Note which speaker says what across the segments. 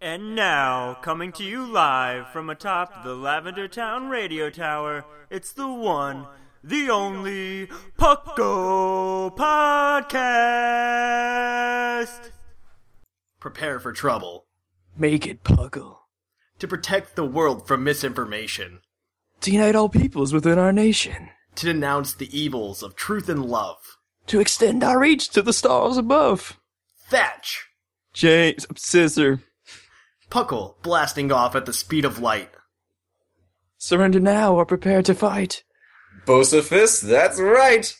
Speaker 1: And now, coming to you live from atop the Lavender Town Radio Tower, it's the one, the only Pucko Podcast! Prepare for trouble.
Speaker 2: Make it puckle.
Speaker 1: To protect the world from misinformation.
Speaker 2: To unite all peoples within our nation.
Speaker 1: To denounce the evils of truth and love.
Speaker 2: To extend our reach to the stars above.
Speaker 1: Thatch!
Speaker 2: James, scissor.
Speaker 1: Puckle blasting off at the speed of light.
Speaker 2: Surrender now or prepare to fight.
Speaker 3: Bosa Fist, that's right!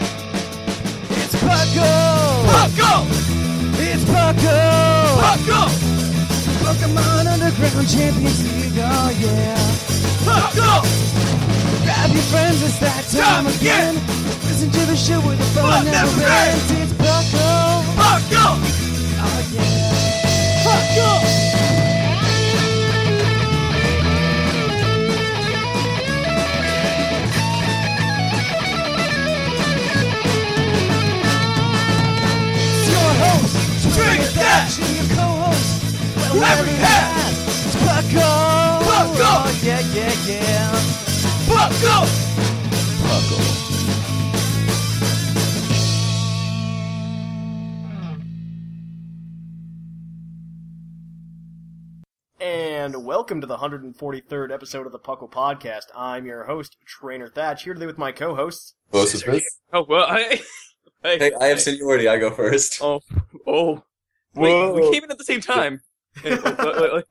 Speaker 4: It's Puckle! Puckle! It's Puckle! Puckle! Pokemon Underground Champions League, oh yeah. Puckle! Grab your friends, it's that time, again. Listen to the show where the fun never, ends. It's Puckle! Puckle! Oh yeah. Puckle! It's your host, Drink That! And your co-host, whoever he has. It's Puckle! Puckle! Oh yeah, yeah, yeah. Puckle!
Speaker 1: And welcome to the 143rd episode of the Puckle Podcast. I'm your host, Trainer Thatch, here today with my co-hosts.
Speaker 3: Bosa Fist?
Speaker 5: Oh well, I, I,
Speaker 3: Hey, I have seniority, I go first.
Speaker 5: Oh, oh, wait, we came in at the same time. Wait, wait, wait, wait. Well,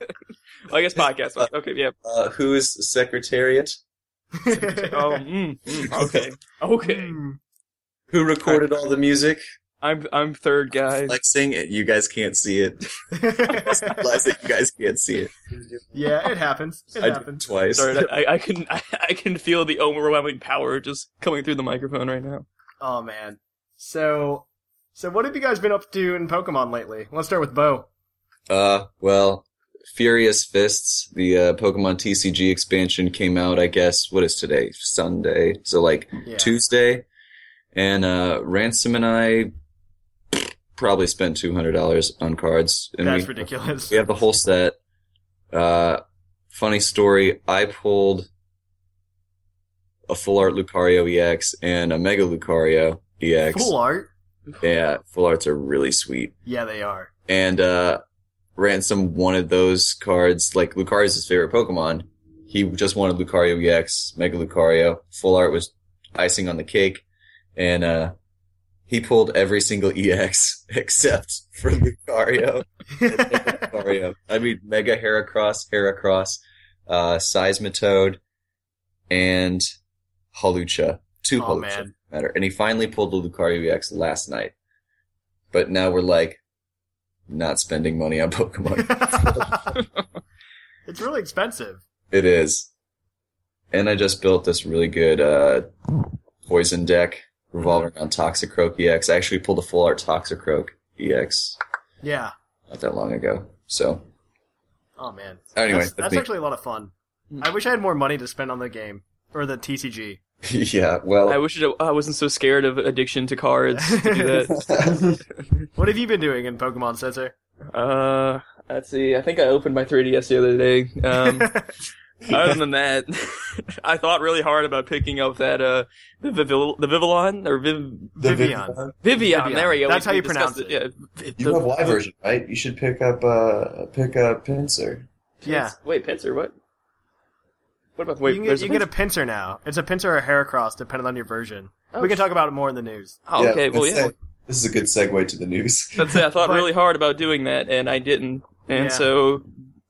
Speaker 5: I guess podcast. was- Okay, yeah.
Speaker 3: Uh, who's Secretariat?
Speaker 5: Oh, mm, mm, okay, okay.
Speaker 1: Mm.
Speaker 3: Who recorded all the music?
Speaker 5: I'm I'm third, guys.
Speaker 3: Flexing it. You guys can't see it. Realize that you guys can't see it.
Speaker 1: yeah, it happens. It
Speaker 3: I did it
Speaker 1: happens.
Speaker 3: twice.
Speaker 5: Sorry, I, I can I, I can feel the overwhelming power just coming through the microphone right now.
Speaker 1: Oh man. So, so what have you guys been up to in Pokemon lately? Let's start with Bo.
Speaker 3: Uh, well, Furious Fists, the uh, Pokemon TCG expansion came out, I guess, what is today? Sunday. So, like,
Speaker 1: Yeah.
Speaker 3: Tuesday. And uh, Ransom and I probably spent $200 on cards. And
Speaker 1: That's
Speaker 3: we-
Speaker 1: ridiculous.
Speaker 3: We have the whole set. Uh, funny story. I pulled a full art Lucario EX and a Mega Lucario EX.
Speaker 1: Full art.
Speaker 3: Yeah, full arts are really sweet.
Speaker 1: Yeah, they are.
Speaker 3: And uh, Ransom wanted those cards. Like Lucario's his favorite Pokemon. He just wanted Lucario EX, Mega Lucario. Full art was icing on the cake, and uh, he pulled every single EX except for Lucario. Lucario. I mean, Mega Heracross, Heracross, uh, Seismitoad, and Halucha. Two
Speaker 1: Oh,
Speaker 3: Halucha,
Speaker 1: man.
Speaker 3: matter. And he finally pulled the Lucario EX last night. But now we're like, not spending money on Pokemon.
Speaker 1: it's really expensive.
Speaker 3: it is. And I just built this really good, uh, poison deck revolving around Toxicroak EX. I actually pulled a full art Toxicroak EX
Speaker 1: Yeah.
Speaker 3: not that long ago. So,
Speaker 1: Oh man.
Speaker 3: Anyway,
Speaker 1: that's,
Speaker 3: that's
Speaker 1: that's
Speaker 3: me.
Speaker 1: actually a lot of fun.
Speaker 5: Mm.
Speaker 1: I wish I had more money to spend on the game or the TCG.
Speaker 3: yeah, well.
Speaker 5: I wish it, I wasn't so scared of addiction to cards to do that.
Speaker 1: What have you been doing in Pokemon Sensor?
Speaker 5: Uh, let's see. I think I opened my 3DS the other day. Um, other than that, I thought really hard about picking up that uh the Vivil- the Vivillon or Viv-
Speaker 1: Vivian.
Speaker 5: Vivian.
Speaker 1: Vivian.
Speaker 5: There we go.
Speaker 1: That's
Speaker 5: We-
Speaker 1: how
Speaker 5: we
Speaker 1: you
Speaker 5: discussed
Speaker 1: pronounce
Speaker 5: it. Yeah. Viv-
Speaker 3: You have Y version, right? You should pick up uh pick up Pincer.
Speaker 1: Yeah.
Speaker 5: Wait, pincer. What? What about
Speaker 1: You
Speaker 5: wait?
Speaker 1: can, get,
Speaker 5: there's
Speaker 1: you
Speaker 5: a
Speaker 1: can get a pincer now. It's a pincer or a Heracross, depending on your version.
Speaker 5: Oh,
Speaker 1: we can
Speaker 5: sh-
Speaker 1: talk about it more in the news.
Speaker 5: Oh, okay. Well, yeah.
Speaker 3: This is a good segue to the news.
Speaker 5: That's it. I thought
Speaker 1: But-
Speaker 5: really hard about doing that, and I didn't. And
Speaker 1: Yeah.
Speaker 5: so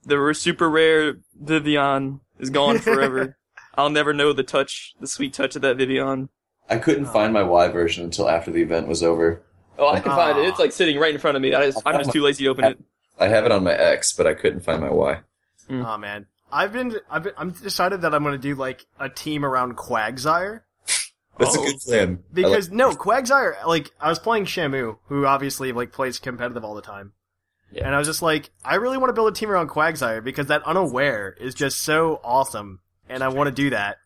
Speaker 5: the r- super rare Vivian is gone forever. I'll never know the touch, the sweet touch of that Vivian.
Speaker 3: I couldn't find my Y version until after the event was over.
Speaker 5: Oh, I can find it. It's like sitting right in front of me. I just, I'm just too lazy to open it.
Speaker 3: I have it on my X, but I couldn't find my Y.
Speaker 5: Mm.
Speaker 1: Oh man, I've been, I've been, I'm decided that I'm gonna do like a team around Quagsire
Speaker 3: That's
Speaker 5: Oh.
Speaker 3: a good plan. I like-
Speaker 1: because no, Quagsire. Like I was playing Shamu, who obviously like plays competitive all the time,
Speaker 5: Yeah.
Speaker 1: and I was just like, I really want to build a team around Quagsire because that unaware is just so awesome, and I want to do that.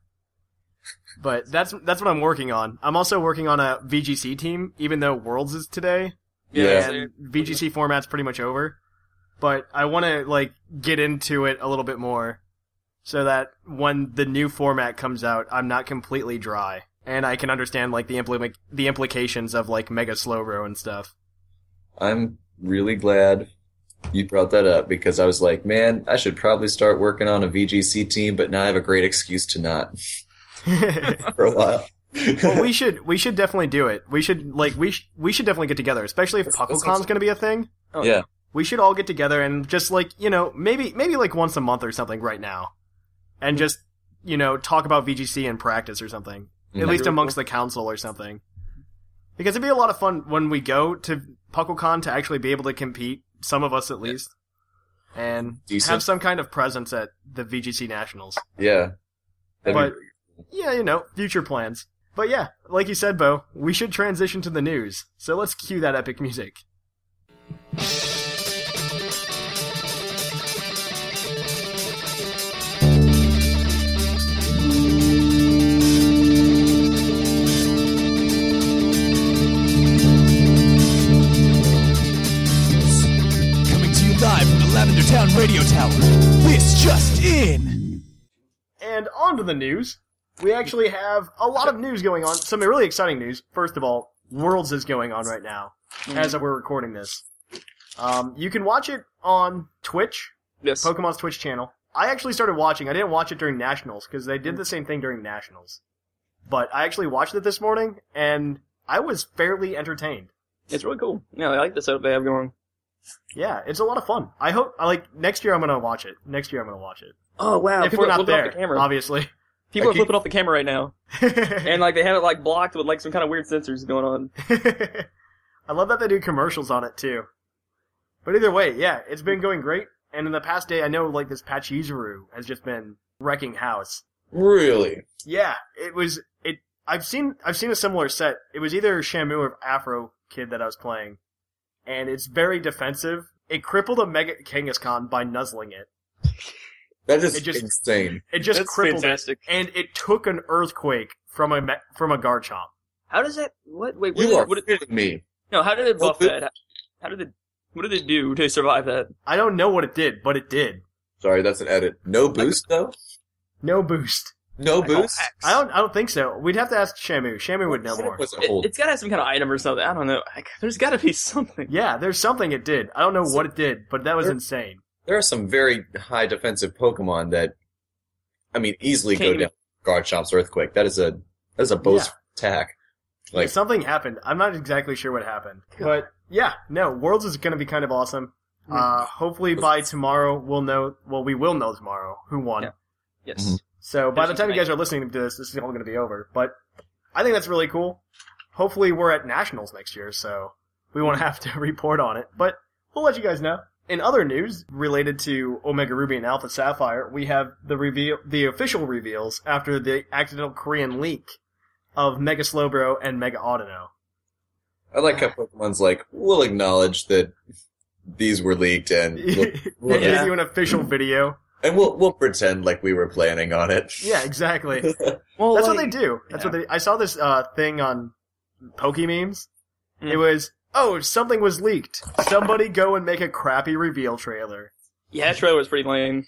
Speaker 1: But that's that's what I'm working on. I'm also working on a VGC team, even though Worlds is today.
Speaker 3: yeah,
Speaker 5: Yeah.
Speaker 1: and VGC format's pretty much over. But I want to like get into it a little bit more, so that when the new format comes out, I'm not completely dry, and I can understand like the impli- the implications of like mega slow row and stuff.
Speaker 3: I'm really glad you brought that up because I was like, man, I should probably start working on a VGC team, but now I have a great excuse to not
Speaker 1: well,
Speaker 3: for a while.
Speaker 1: we should we should definitely do it. We should like we sh- we should definitely get together, especially if
Speaker 3: that's
Speaker 1: PuckleCon's going to be a thing.
Speaker 3: yeah,
Speaker 1: we should all get together and just like you know maybe maybe like once a month or something right now and
Speaker 3: Mm-hmm.
Speaker 1: just you know talk about vgc in practice or something
Speaker 3: Mhm.
Speaker 1: at least amongst the council or something because it'd be a lot of fun when we go to pucklecon to actually be able to compete some of us at least and
Speaker 3: Decent.
Speaker 1: have some kind of presence at the vgc nationals
Speaker 3: yeah. That'd
Speaker 1: but
Speaker 3: be-
Speaker 1: yeah you know future plans but yeah like you said bo we should transition to the news so let's cue that epic music
Speaker 4: Coming to you live from the Lavender Town Radio Tower. This just in.
Speaker 1: And on to the news. We actually have a lot of news going on. Some really exciting news. First of all, Worlds is going on right now
Speaker 5: Mm-hmm.
Speaker 1: as we're recording this. Um, you can watch it on Twitch,
Speaker 5: Yes.
Speaker 1: Pokemon's Twitch channel. I actually started watching. I didn't watch it during Nationals because they did the same thing during Nationals. But I actually watched it this morning and I was fairly entertained.
Speaker 5: It's really cool. Yeah, I like the setup they have going.
Speaker 1: Yeah, it's a lot of fun. I hope, I like, next year I'm gonna watch it. Next year I'm gonna watch it.
Speaker 5: Oh wow!
Speaker 1: if we're
Speaker 5: People are
Speaker 1: not
Speaker 5: flipping
Speaker 1: there,
Speaker 5: off the camera.
Speaker 1: obviously.
Speaker 5: People
Speaker 3: I
Speaker 5: are
Speaker 3: keep-
Speaker 5: flipping off the camera right now, and like they have it like blocked with like some kind of weird sensors going on.
Speaker 1: I love that they do commercials on it too. But either way, yeah, it's been going great. And in the past day, I know like this Pachizuru has just been wrecking house.
Speaker 3: really,
Speaker 1: Yeah, it was it. I've seen I've seen a similar set. It was either Shamu or Afro Kid that I was playing, and it's very defensive. It crippled a Mega Kangaskhan by nuzzling it.
Speaker 3: that is
Speaker 1: It just-
Speaker 3: insane.
Speaker 1: It just
Speaker 5: That's
Speaker 1: crippled
Speaker 5: fantastic.
Speaker 1: it, and it took an earthquake from a me- from a Garchomp.
Speaker 5: How does that? What? Wait. What
Speaker 3: You
Speaker 5: did-
Speaker 3: are
Speaker 5: what did-
Speaker 3: kidding me.
Speaker 5: no. How did it buff
Speaker 3: Well,
Speaker 5: that? How did it? What did they do to survive that?
Speaker 1: I don't know what it did, but it did.
Speaker 3: Sorry, that's an edit. No boost though.
Speaker 1: No boost.
Speaker 3: No boost.
Speaker 1: I don't. I don't think so. We'd have to ask Shamu. Shamu would know
Speaker 3: That
Speaker 1: more.
Speaker 3: was a
Speaker 5: It,
Speaker 3: whole-
Speaker 5: has got to have some kind of item or something. I don't know. Like, there's got to be something.
Speaker 1: Yeah, there's something it did. I don't know what it did, but that was insane.
Speaker 3: there are some very high defensive Pokemon that, I mean, easily
Speaker 5: Can't
Speaker 3: go
Speaker 5: even-
Speaker 3: down Garchomp's Earthquake. That is a that is a boast attack. Like
Speaker 1: something happened. I'm not exactly sure what happened, but yeah, no. Worlds is going to be kind of awesome. Uh, hopefully by tomorrow we'll know. Well, we will know tomorrow who won.
Speaker 5: Yeah. Yes.
Speaker 3: Mhm.
Speaker 1: So by the
Speaker 5: There's
Speaker 1: time you guys
Speaker 5: something.
Speaker 1: are listening to this, this is all going to be over. But I think that's really cool. Hopefully we're at nationals next year, so we won't have to report on it. But we'll let you guys know. In other news related to Omega Ruby and Alpha Sapphire, we have the reveal, the official reveals after the accidental Korean leak of Mega Slowbro and Mega Audino.
Speaker 3: I like how Pokemon's like we'll acknowledge that these were leaked and we'll,
Speaker 1: they
Speaker 3: we'll-
Speaker 1: gave you an official video.
Speaker 3: and we'll we'll pretend like we were planning on it.
Speaker 1: Yeah, exactly.
Speaker 5: Well,
Speaker 1: That's
Speaker 5: like,
Speaker 1: what they do. That's what they. I saw this uh, thing on Poke memes.
Speaker 5: Mm.
Speaker 1: It was oh something was leaked. Somebody go and make a crappy reveal trailer.
Speaker 5: Yeah, that trailer was pretty lame.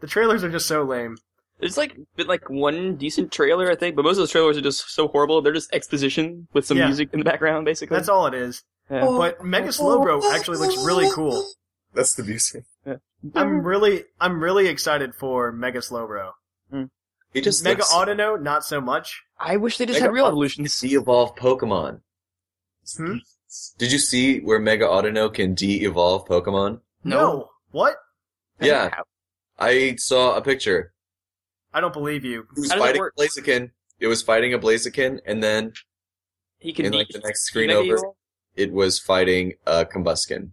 Speaker 1: The trailers are just so lame.
Speaker 5: There's like been like one decent trailer, I think, but most of those trailers are just so horrible. They're just exposition with some
Speaker 1: Yeah.
Speaker 5: music in the background, basically.
Speaker 1: That's all it is.
Speaker 5: Yeah.
Speaker 1: But Mega Slowbro actually looks really cool.
Speaker 3: That's the music.
Speaker 1: I'm really I'm really excited for Mega Slowbro.
Speaker 3: He just
Speaker 1: Mega
Speaker 3: looks-
Speaker 1: Audino, not so much.
Speaker 5: I wish they just
Speaker 3: Mega
Speaker 5: had real
Speaker 3: Aud-
Speaker 5: evolutions.
Speaker 3: de-evolve Pokemon.
Speaker 1: Hmm?
Speaker 3: Did you see where Mega Audino can de-evolve Pokemon?
Speaker 1: No. What?
Speaker 3: Yeah, I saw a picture.
Speaker 1: I don't believe you.
Speaker 3: It was
Speaker 5: How does that
Speaker 3: fighting
Speaker 5: work?
Speaker 3: a Blaziken. It was fighting a Blaziken, and then
Speaker 5: he can
Speaker 3: in
Speaker 5: be-
Speaker 3: like the next
Speaker 5: he can
Speaker 3: screen
Speaker 5: make
Speaker 3: over,
Speaker 5: evil.
Speaker 3: it was fighting uh, Combuskin.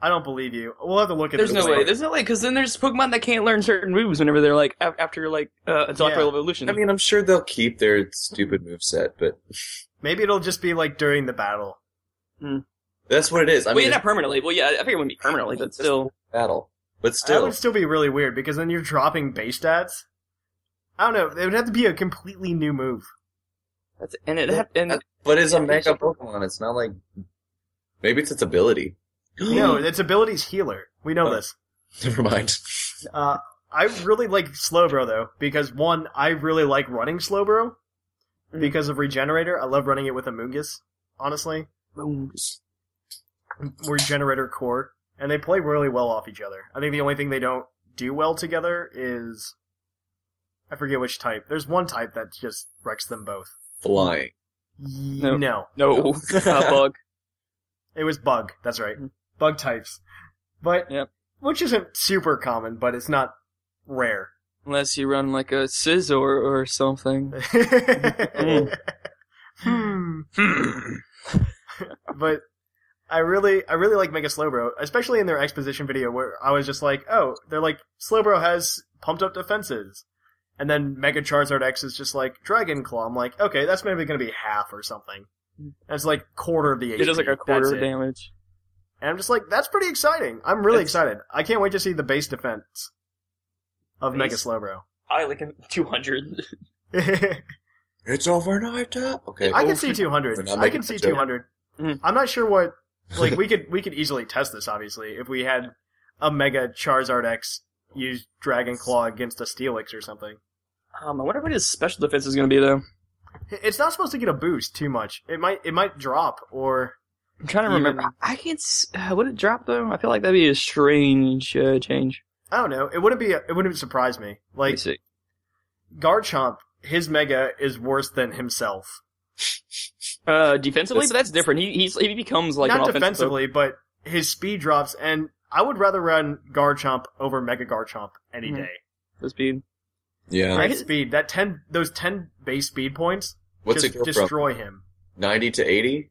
Speaker 1: I don't believe you. We'll have to look at
Speaker 5: There's
Speaker 1: this
Speaker 5: no way. There's no way because then there's Pokemon that can't learn certain moves whenever they're like af- after like uh, until
Speaker 1: Yeah.
Speaker 5: after evolution.
Speaker 3: I mean, I'm sure they'll keep their stupid moveset, but
Speaker 1: Maybe it'll just be like during the battle.
Speaker 3: that's what it is. I
Speaker 5: well,
Speaker 3: mean,
Speaker 5: yeah, not
Speaker 3: it's
Speaker 5: permanently. Well, yeah, I figure it wouldn't be permanently, but still.
Speaker 3: a battle, but
Speaker 1: That
Speaker 3: still,
Speaker 1: would still be really weird because then you're dropping base stats. I don't know. It would have to be a completely new move.
Speaker 5: That's and it hap- and
Speaker 3: but it's a mega Pokemon. It's not like maybe it's its ability.
Speaker 1: no, its ability's healer. We know
Speaker 3: Hmm. Oh.
Speaker 1: this.
Speaker 3: never mind.
Speaker 1: Uh, I really like Slowbro though because one, I really like running Slowbro
Speaker 3: Hmm.
Speaker 1: because of Regenerator. I love running it with Amoongus. Honestly, Regenerator core, and they play really well off each other. I think the only thing they don't do well together is I forget which type. There's one type that just wrecks them both.
Speaker 3: Flying.
Speaker 1: No, no
Speaker 5: no uh, bug.
Speaker 1: it was bug. That's right, bug types. But
Speaker 5: Yep.
Speaker 1: which isn't super common, but it's not rare.
Speaker 5: Unless you run like a scissor or something. Mm.
Speaker 1: Hmm. but I really, I really like Mega Slowbro, especially in their exposition video where I was just like, oh, they're like Slowbro has pumped up defenses, and then Mega Charizard X is just like Dragon Claw. I'm like, okay, that's maybe going to be half or something. That's like quarter of the HP.
Speaker 5: It does like a
Speaker 1: That's
Speaker 5: quarter
Speaker 1: it.
Speaker 5: damage.
Speaker 1: And I'm just like, that's pretty exciting. I'm really
Speaker 5: It's-
Speaker 1: excited. I can't wait to see the base defense of Mega
Speaker 5: Base?
Speaker 1: Slowbro.
Speaker 5: I like a 200.
Speaker 3: It's overnight up. Okay.
Speaker 1: I can see 200.
Speaker 3: We're not
Speaker 1: I can
Speaker 3: making
Speaker 1: see
Speaker 3: a joke.
Speaker 1: 200.
Speaker 5: Mhm.
Speaker 1: I'm not sure what like we could we could easily test this obviously if we had a mega Charizard X use Dragon Claw against a Steelix or something.
Speaker 5: Um, I wonder what his special defense is going to be though.
Speaker 1: It's not supposed to get a boost too much. It might it might drop or
Speaker 5: I'm trying to
Speaker 1: Even-
Speaker 5: remember. I can't. s- Uh, would it drop though? I feel like that'd be a strange uh, change.
Speaker 1: I don't know. It wouldn't be it wouldn't surprise me.
Speaker 5: Let me
Speaker 1: Like
Speaker 5: see.
Speaker 1: Garchomp, his mega is worse than himself.
Speaker 5: Uh, defensively, but that's different. He he's, he becomes like an
Speaker 1: not
Speaker 5: offensive
Speaker 1: defensively, but his speed drops and I would rather run Garchomp over Mega Garchomp any
Speaker 5: Mhm.
Speaker 1: day.
Speaker 5: Pokemon at speed.
Speaker 3: Yeah.
Speaker 1: Great
Speaker 5: Right.
Speaker 1: speed. That ten those ten base speed points
Speaker 3: What's
Speaker 1: just
Speaker 3: it go from?
Speaker 1: destroy him.
Speaker 3: 90 to 80?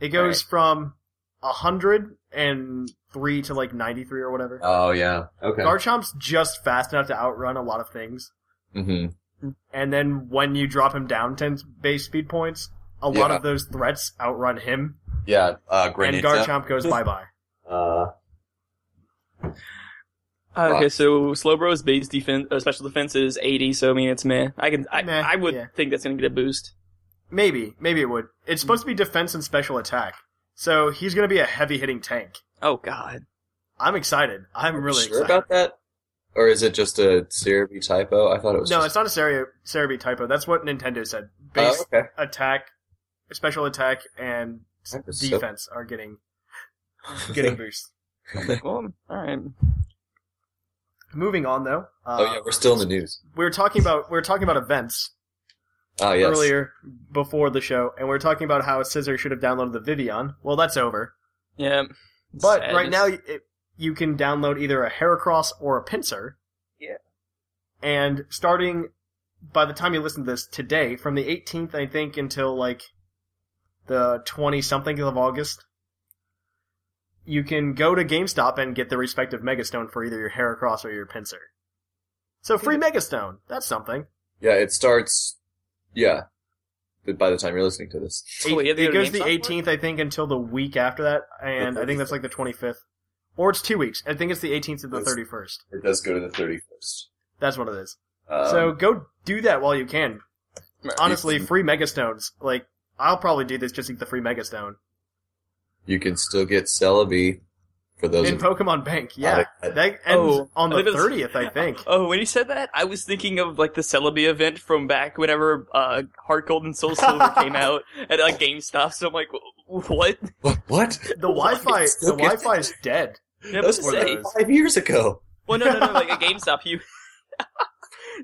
Speaker 1: It goes from a hundred and three to like ninety three or whatever.
Speaker 3: Oh, yeah. Okay.
Speaker 1: Garchomp's just fast enough to outrun a lot of things.
Speaker 3: hmm
Speaker 1: And then when you drop him down ten base speed points, a lot
Speaker 3: Yeah.
Speaker 1: of those threats outrun him,
Speaker 3: Yeah. Uh,
Speaker 1: and Garchomp goes bye bye.
Speaker 3: Uh,
Speaker 5: Uh, okay,
Speaker 3: Right.
Speaker 5: so Slowbro's base defense, uh, special defense is 80. So I mean, it's meh. I can, I,
Speaker 1: Meh,
Speaker 5: I would
Speaker 1: yeah.
Speaker 5: think that's gonna get a boost.
Speaker 1: Maybe, maybe it would. It's supposed to be defense and special attack, so he's going to be a heavy hitting tank.
Speaker 5: Oh God,
Speaker 1: I'm excited. I'm really
Speaker 3: sure
Speaker 1: excited.
Speaker 3: about that? Or is it just a Cerebi typo? I thought it was.
Speaker 1: No,
Speaker 3: just-
Speaker 1: it's not a Cere- Cerebi typo. That's what Nintendo said.
Speaker 3: Oh,
Speaker 1: Base
Speaker 3: okay.
Speaker 1: attack, special attack, and
Speaker 3: That was so-
Speaker 1: defense are getting getting boosts.
Speaker 5: well, all right.
Speaker 1: Moving on though, uh,
Speaker 3: oh yeah, we're still in the news.
Speaker 1: we were talking about we were talking about events
Speaker 3: Oh yes.
Speaker 1: earlier before the show, and we were talking about how Scissor should have downloaded the Vivian. Well, that's over.
Speaker 5: Yeah,
Speaker 1: But
Speaker 5: Sad.
Speaker 1: right now, it, you can download either a Heracross or a Pinsir.
Speaker 5: Yeah.
Speaker 1: And starting by the time you listen to this today, from the 18th, I think, until like the 20 something of August, you can go to GameStop and get the respective Megastone for either your Heracross or your Pinsir. So free Megastone. That's something.
Speaker 3: Yeah, it starts. Yeah, But by the time you're listening to this,
Speaker 5: Oh, yeah,
Speaker 1: it
Speaker 5: they go to
Speaker 1: goes the
Speaker 5: GameStop for it?
Speaker 1: 18th, I think, until the week after that, and I think that's like the 25th. Or it's two weeks. I think it's the 18th to the
Speaker 3: That's-
Speaker 1: 31st.
Speaker 3: it does go to the 31st.
Speaker 1: That's what it is.
Speaker 3: Um,
Speaker 1: so go do that while you can. Honestly, free megastones. Like I'll probably do this just to get the free megastone
Speaker 3: you can still get Celebi for those.
Speaker 1: in
Speaker 3: of-
Speaker 1: Pokemon Bank. Yeah,
Speaker 3: I- I-
Speaker 1: that ends
Speaker 5: Oh,
Speaker 1: on the
Speaker 5: I think it's-
Speaker 1: thirtieth, I think.
Speaker 5: Oh, when you said that, I was thinking of like the Celebi event from back whenever uh, Heart Gold and Soul Silver came out at like GameStop. So I'm like, wh- what?
Speaker 3: what? What?
Speaker 1: The Wi-Fi,
Speaker 3: Oh, It's
Speaker 1: the
Speaker 3: so good.
Speaker 1: Wi-Fi is dead.
Speaker 5: Yeah,
Speaker 3: That was
Speaker 5: but
Speaker 1: were
Speaker 5: say-
Speaker 1: those.
Speaker 3: five years ago.
Speaker 5: Well, no, no, no. Like at GameStop, you.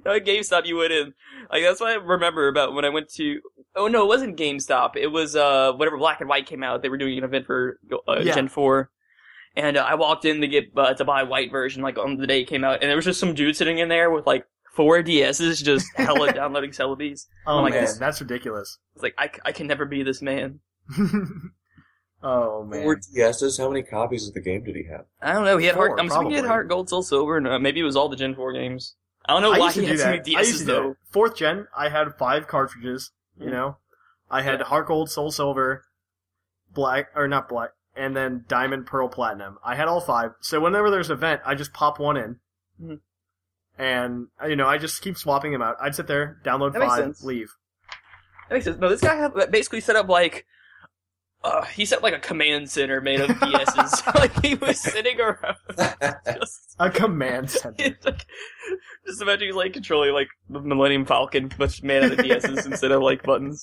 Speaker 5: no, at GameStop, you wouldn't. Like that's what I remember about when I went to. Oh no, it wasn't GameStop. It was uh whatever Black and White came out. They were doing an event for uh,
Speaker 1: Yeah.
Speaker 5: Gen Four, and uh, I walked in to get uh, to buy White version like on the day it came out, and there was just some dude sitting in there with like four DSs just hella downloading Celebes.
Speaker 1: Oh
Speaker 5: Oh my
Speaker 1: man,
Speaker 5: goodness.
Speaker 1: that's ridiculous.
Speaker 5: It's like I, c- I can never be this man.
Speaker 1: um, Oh man.
Speaker 3: Four DSs. How many copies of the game did he have?
Speaker 5: I don't know. He had
Speaker 1: Four,
Speaker 5: heart. I'm assuming he had
Speaker 1: probably.
Speaker 5: heart, gold, soul, silver, and uh, maybe it was all the Gen Four games. I don't know
Speaker 1: I
Speaker 5: why
Speaker 1: used to
Speaker 5: he
Speaker 1: do
Speaker 5: had so many
Speaker 1: that. I used to
Speaker 5: DSs
Speaker 1: do
Speaker 5: though.
Speaker 1: that. Fourth gen, I had five cartridges. You know, I had Heart Gold, Soul Silver, Black or not Black, and then Diamond, Pearl, Platinum. I had all five. So whenever there's an event, I just pop one in,
Speaker 5: Mhm.
Speaker 1: and uh, you know I just keep swapping them out. I'd sit there, download
Speaker 5: That makes
Speaker 1: five,
Speaker 5: sense.
Speaker 1: leave.
Speaker 5: That makes sense. No, this guy had, basically set up like uh, he set up, like a command center made of DSs. like he was sitting around just,
Speaker 1: A command center.
Speaker 5: like, just imagine he's like controlling like the Millennium Falcon, but made out of DSs instead of like buttons.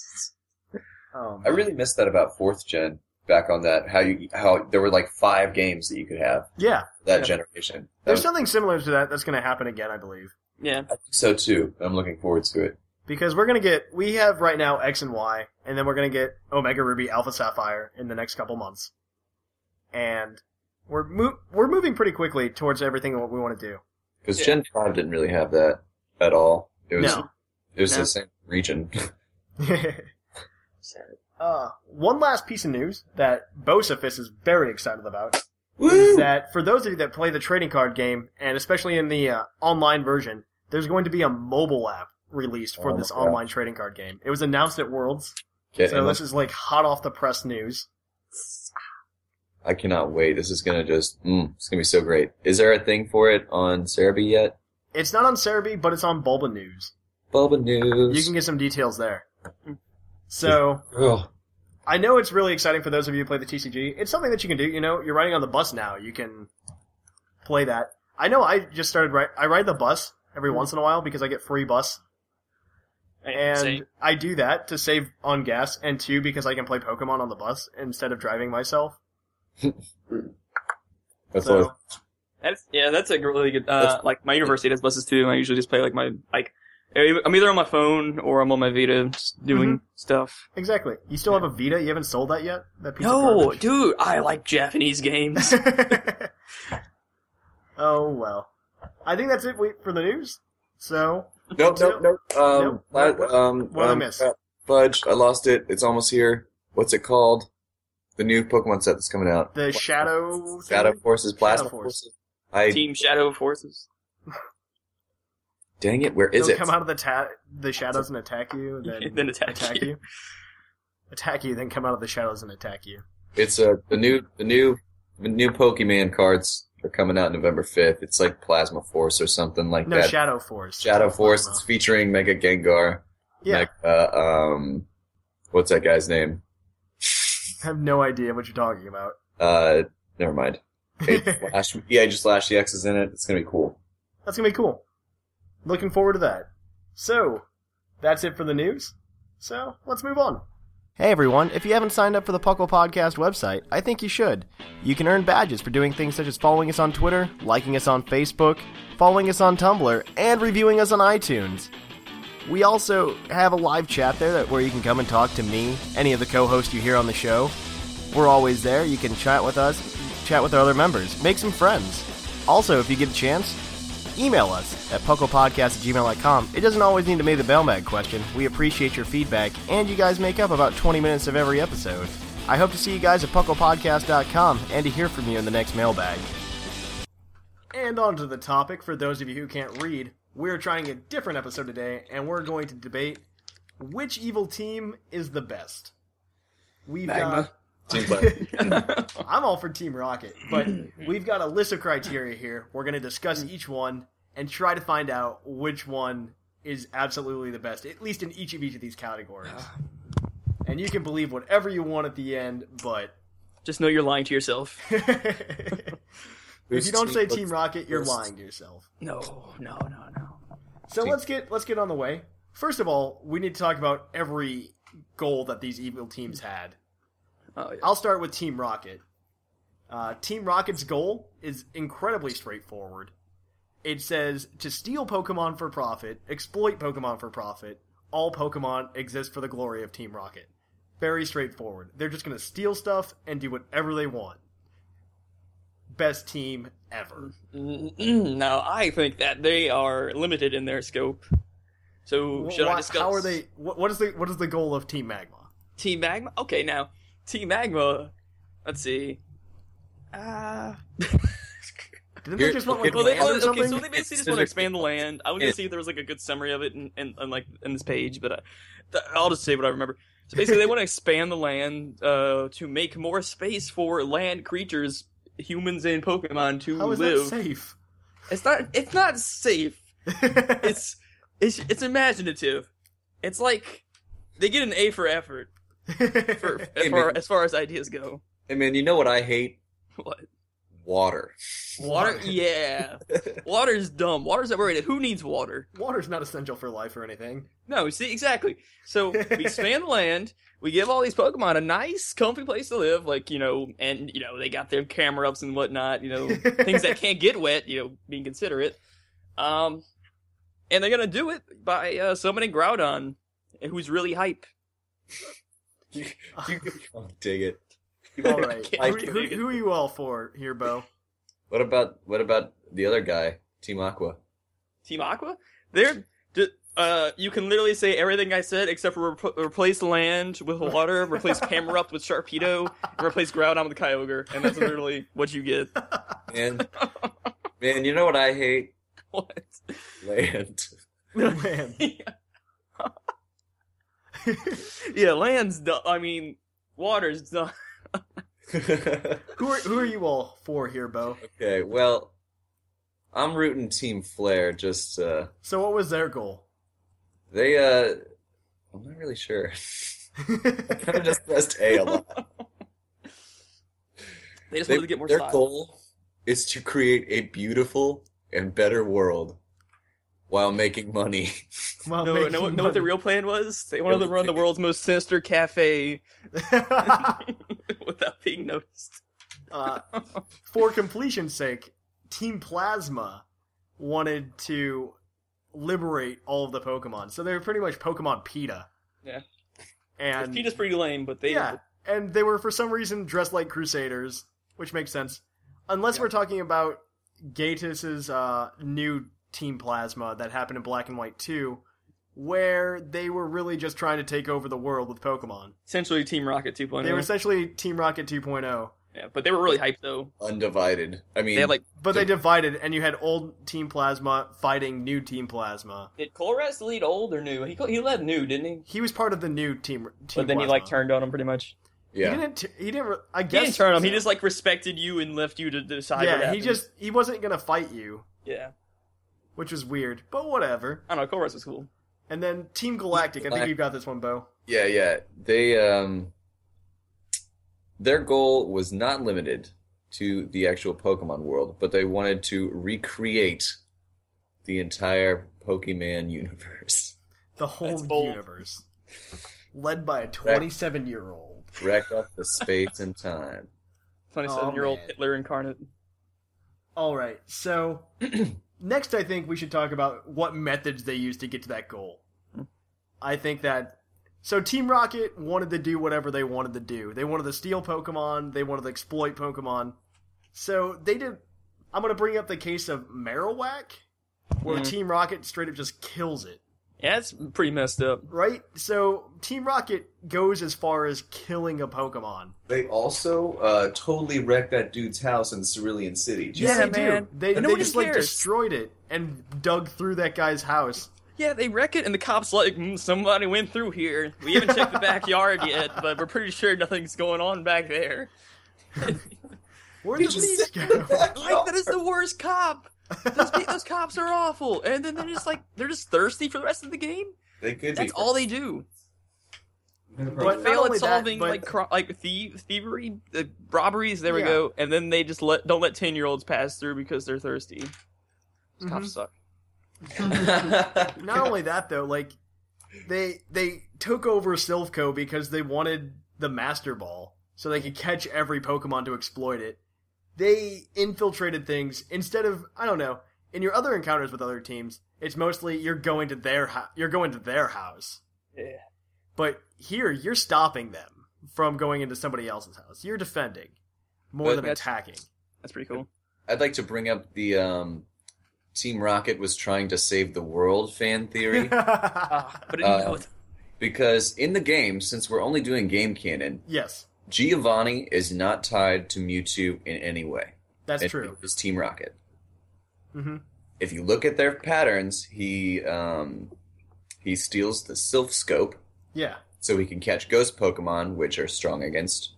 Speaker 1: Oh,
Speaker 3: I
Speaker 1: man.
Speaker 3: really missed that about fourth gen. Back on that, how you how there were like five games that you could have
Speaker 1: yeah.
Speaker 3: that
Speaker 5: Yeah.
Speaker 3: generation. That
Speaker 1: There's
Speaker 3: was,
Speaker 1: something similar to that that's going to happen again, I believe.
Speaker 5: Yeah,
Speaker 3: I think so too. I'm looking forward to it.
Speaker 1: Because we're gonna get, we have right now X and Y, and then we're gonna get Omega Ruby, Alpha Sapphire in the next couple months, and we're mo- we're moving pretty quickly towards everything what we want to do.
Speaker 3: Because
Speaker 5: Yeah.
Speaker 3: Gen Five didn't really have that at all. It was
Speaker 1: No.
Speaker 3: it was
Speaker 5: No.
Speaker 3: the same region.
Speaker 1: uh, one last piece of news that Bosifis is very excited about is
Speaker 3: Woo!
Speaker 1: that for those of you that play the trading card game, and especially in the uh, online version, there's going to be a mobile app released for
Speaker 3: Oh my
Speaker 1: this
Speaker 3: gosh.
Speaker 1: online trading card game. It was announced at Worlds,
Speaker 3: Get
Speaker 1: so
Speaker 3: in
Speaker 1: this is like hot off the press news.
Speaker 3: I cannot wait. This is gonna just, mm, it's gonna be so great. Is there a thing for it on Cerebi yet?
Speaker 1: It's not on Cerebi, but it's on Bulba News.
Speaker 3: Bulba News.
Speaker 1: You can get some details there. So
Speaker 3: Ugh.
Speaker 1: I know it's really exciting for those of you who play the TCG. It's something that you can do. You know, you're riding on the bus now. You can play that. I know. I just started. Ri- I ride the bus every once in a while because I get free bus, and
Speaker 5: Same.
Speaker 1: I do that to save on gas, and two because I can play Pokemon on the bus instead of driving myself.
Speaker 3: That's
Speaker 1: So
Speaker 3: all-
Speaker 5: That's yeah, that's a really good. Uh,
Speaker 3: That's-
Speaker 5: like my university has buses too, and I usually just play like my like I'm either on my phone or I'm on my Vita just doing
Speaker 1: Mm-hmm.
Speaker 5: stuff.
Speaker 1: exactly. You still have a Vita. You haven't sold that yet. That piece of
Speaker 5: No,
Speaker 1: garbage?
Speaker 5: dude, I like Japanese games.
Speaker 1: oh well. I think that's it we- for the news. So
Speaker 3: Nope, nope, nope. Um,
Speaker 1: Nope.
Speaker 3: la- um,
Speaker 1: What did I
Speaker 3: um,
Speaker 1: miss?
Speaker 3: uh, Fudge, I lost it. It's almost here. What's it called? The new Pokemon set that's coming out.
Speaker 1: the shadow. thing?
Speaker 3: Shadow Forces, Blast
Speaker 1: Force.
Speaker 3: Forces. I
Speaker 5: Team Shadow Forces.
Speaker 3: dang it, where is
Speaker 1: They'll
Speaker 3: it?
Speaker 1: come out of the ta- the shadows and attack you, and then,
Speaker 5: Then attack
Speaker 1: attack
Speaker 5: you.
Speaker 1: you. Attack you, then come out of the shadows and attack you.
Speaker 3: It's uh, the new the new the new Pokemon cards are coming out November fifth. It's like Plasma Force or something like
Speaker 1: No,
Speaker 3: that.
Speaker 1: Shadow Force.
Speaker 3: Shadow Force.
Speaker 1: Plasma.
Speaker 3: It's featuring Mega Gengar.
Speaker 1: Yeah,
Speaker 3: Mega, um, what's that guy's name?
Speaker 1: I have no idea what you're talking about.
Speaker 3: Uh, never mind. It- Flash, yeah, just Lash the X is in it. It's gonna be cool.
Speaker 1: That's gonna be cool. Looking forward to that. So, that's it for the news. So, let's move on. Hey everyone, if you haven't signed up for the Puckle Podcast website, I think you should. You can earn badges for doing things such as following us on Twitter, liking us on Facebook, following us on Tumblr, and reviewing us on iTunes. We also have a live chat there that where you can come and talk to me, any of the co-hosts you hear on the show. We're always there. You can chat with us, chat with our other members, make some friends. Also, if you get a chance, email us at pucklepodcast@gmail.com. It doesn't always need to be the mailbag question. We appreciate your feedback, and you guys make up about 20 minutes of every episode. I hope to see you guys at pucklepodcast.com and to hear from you in the next mailbag. And on to the topic for those of you who can't read. We're trying a different episode today, and we're going to debate which evil team is the best. We've got
Speaker 3: Seems like-
Speaker 1: I'm all for Team Rocket, but we've got a list of criteria here. We're going to discuss each one and try to find out which one is absolutely the best, at least in each of each of these categories. And you can believe whatever you want at the end, but
Speaker 5: Just know you're lying to yourself.
Speaker 1: if
Speaker 3: Whose
Speaker 1: you don't
Speaker 3: team
Speaker 1: say
Speaker 3: looks
Speaker 1: Team Rocket, you're
Speaker 3: first?
Speaker 1: lying to yourself.
Speaker 5: No, no, no, no.
Speaker 1: So let's get let's get on the way. First of all, we need to talk about every goal that these evil teams had.
Speaker 5: Oh, yeah.
Speaker 1: I'll start with Team Rocket. Uh, Team Rocket's goal is incredibly straightforward. It says to steal Pokemon for profit, exploit Pokemon for profit. All Pokemon exist for the glory of Team Rocket. Very straightforward. They're just going to steal stuff and do whatever they want. Best team ever.
Speaker 5: Mm, no, I think that they are limited in their scope. So
Speaker 1: Wh-
Speaker 5: should
Speaker 1: why-
Speaker 5: I discuss?
Speaker 1: How are they? What, what is the what is the goal of Team Magma?
Speaker 5: Team Magma. Okay, now Team Magma Let's see. Ah.
Speaker 1: Didn't
Speaker 3: Here-
Speaker 1: they just want like
Speaker 3: Well,
Speaker 5: Well, they,
Speaker 1: land or
Speaker 5: okay,
Speaker 1: something?
Speaker 5: so they basically just
Speaker 3: There's
Speaker 5: want
Speaker 3: a-
Speaker 5: to expand the land. I was
Speaker 3: Yeah.
Speaker 5: gonna see if there was like a good summary of it in, in, in like in this
Speaker 1: Mm-hmm.
Speaker 5: page, but uh, th- I'll just say what I remember. So basically, they want to expand the land uh, to make more space for land creatures, humans and Pokemon to
Speaker 1: How is that
Speaker 5: live.
Speaker 1: safe?
Speaker 5: It's not. It's not safe.
Speaker 1: it's
Speaker 5: It's it's it's imaginative. It's like they get an A for effort for, as,
Speaker 3: Hey,
Speaker 5: far,
Speaker 3: man.
Speaker 5: as far as ideas go.
Speaker 3: Hey man, you know what I hate?
Speaker 5: What
Speaker 3: Water.
Speaker 5: water?
Speaker 1: e-,
Speaker 5: Yeah, water's dumb. Water's overrated. Who needs water?
Speaker 1: Water's not essential for life or anything.
Speaker 5: No, see, exactly. So we expand the land. We give all these Pokemon a nice, comfy place to live, like you know, and you know they got their camera ups and whatnot, you know, things that can't get wet, you know, being considerate. Um, and they're gonna do it by uh, summoning Groudon, who's really hype.
Speaker 3: Oh, dig it.
Speaker 1: all right.
Speaker 5: I
Speaker 1: Who, who,
Speaker 5: can't-
Speaker 1: who are you all for here, Bo?
Speaker 3: What about what about the other guy, Team Aqua?
Speaker 5: Team Aqua? They're d- uh, you can literally say everything I said except for rep- replace land with water, replace Camerupt with Sharpedo, and replace Groudon with Kyogre, and that's literally what you get.
Speaker 3: Man, man, you know what I hate?
Speaker 5: What?
Speaker 3: Land.
Speaker 1: Man,
Speaker 5: Yeah, land's dumb. I mean, water's dumb.
Speaker 3: okay,
Speaker 1: who are who are you all for here, Bo?
Speaker 3: well, I'm rooting Team Flair. Just uh,
Speaker 1: So what was their goal?
Speaker 3: they. uh I'm not really sure. I kind of just pressed A a lot.
Speaker 5: They just
Speaker 3: They-
Speaker 5: wanted to get more
Speaker 3: their
Speaker 5: style.
Speaker 3: goal is to create a beautiful and better world while making money.
Speaker 1: Well,
Speaker 5: No,
Speaker 1: making
Speaker 5: no, know what the
Speaker 1: money.
Speaker 5: real plan was? They wanted to run the world's most sinister cafe without being noticed.
Speaker 1: uh, for completion's sake, Team Plasma wanted to liberate all of the Pokemon, so they were pretty much Pokemon PETA.
Speaker 5: Yeah.
Speaker 1: and
Speaker 5: Peeta's pretty lame, but they
Speaker 1: yeah, and they were for some reason dressed like Crusaders, which makes sense, unless we're talking about Gatus's uh, new Team Plasma that happened in Black and White Two, where they were really just trying to take over the world with Pokemon.
Speaker 5: essentially Team Rocket 2.0.
Speaker 1: They were essentially Team Rocket oh, 2.0.
Speaker 5: yeah, but they were really hyped though.
Speaker 3: Undivided. I mean,
Speaker 5: They had like
Speaker 1: But they divided, and you had old Team Plasma fighting new Team Plasma.
Speaker 5: Did Colress lead old or new? He he led new, didn't he?
Speaker 1: He was part of the new Team. team
Speaker 5: But then he like
Speaker 1: Plasma.
Speaker 5: turned on him pretty much.
Speaker 1: He
Speaker 3: yeah.
Speaker 1: didn't. T- he didn't. Re- I
Speaker 5: He
Speaker 1: guess
Speaker 5: didn't turn on him. He just like respected you and left you to decide. what
Speaker 1: Yeah, he
Speaker 5: happened.
Speaker 1: just he wasn't gonna fight you,
Speaker 5: yeah.
Speaker 1: which was weird, but whatever.
Speaker 5: I don't know. Colress was cool.
Speaker 1: And then Team Galactic. I think
Speaker 3: Galactic.
Speaker 1: you got this one, Bo.
Speaker 3: Yeah, yeah. They um their goal was not limited to the actual Pokemon world, but they wanted to recreate the entire Pokemon universe.
Speaker 1: The whole
Speaker 5: bold.
Speaker 1: universe, led by a 27 year old.
Speaker 3: Rack up the space and time.
Speaker 5: Twenty-seven year old
Speaker 1: man.
Speaker 5: Hitler incarnate.
Speaker 1: All right. So next, I think we should talk about what methods they used to get to that goal. I think that so Team Rocket wanted to do whatever they wanted to do. They wanted to steal Pokemon. They wanted to exploit Pokemon. So they did. I'm going to bring up the case of Marowak, where Team Rocket straight up just kills it.
Speaker 5: Yeah, that's pretty messed up.
Speaker 1: Right? So Team Rocket goes as far as killing a Pokemon.
Speaker 3: They also uh totally wrecked that dudede's house in Cerulean City.
Speaker 5: Yeah,
Speaker 1: they
Speaker 5: man.
Speaker 1: do. They,
Speaker 5: And
Speaker 1: they
Speaker 5: nobody
Speaker 1: just like
Speaker 5: cares.
Speaker 1: destroyed it and dug through that guy's house.
Speaker 5: Yeah, they wreck it, and the cops like mm, somebody went through here. We haven't checked the backyard yet, but we're pretty sure nothing's going on back there.
Speaker 1: Where did these go?
Speaker 5: Like that is the worst cop. Those, pe- those cops are awful, and then they're just like they're just thirsty for the rest of the game.
Speaker 3: They could
Speaker 5: That's
Speaker 3: be
Speaker 5: all they do.
Speaker 1: But not
Speaker 5: fail
Speaker 1: only
Speaker 5: at solving
Speaker 1: that, but
Speaker 5: like cro- like thie- thievery, uh, robberies. There we
Speaker 1: Yeah.
Speaker 5: go. And then they just let don't let ten year olds pass through because they're thirsty.
Speaker 1: Mhm.
Speaker 5: Those Cops suck.
Speaker 1: Mm-hmm. not only that though, like they they took over Silphco because they wanted the Master Ball so they could catch every Pokemon to exploit it. They infiltrated things instead of I don't know. In your other encounters with other teams, it's mostly you're going to their ho- you're going to their house.
Speaker 5: Yeah.
Speaker 1: But here, you're stopping them from going into somebody else's house. You're defending more
Speaker 3: But
Speaker 1: than
Speaker 3: that's-
Speaker 1: attacking.
Speaker 5: That's pretty cool.
Speaker 3: I'd like to bring up the um Team Rocket was trying to save the world fan theory.
Speaker 5: But it,
Speaker 3: Ah. Uh, because in the game, since we're only doing game canon,
Speaker 1: yes.
Speaker 3: Giovanni is not tied to Mewtwo in any way.
Speaker 1: That's
Speaker 3: It-
Speaker 1: true.
Speaker 3: It's Team Rocket.
Speaker 1: hmm
Speaker 3: If you look at their patterns, he um, he steals the Sylph Scope
Speaker 1: Yeah.
Speaker 3: so he can catch ghost Pokemon, which are strong against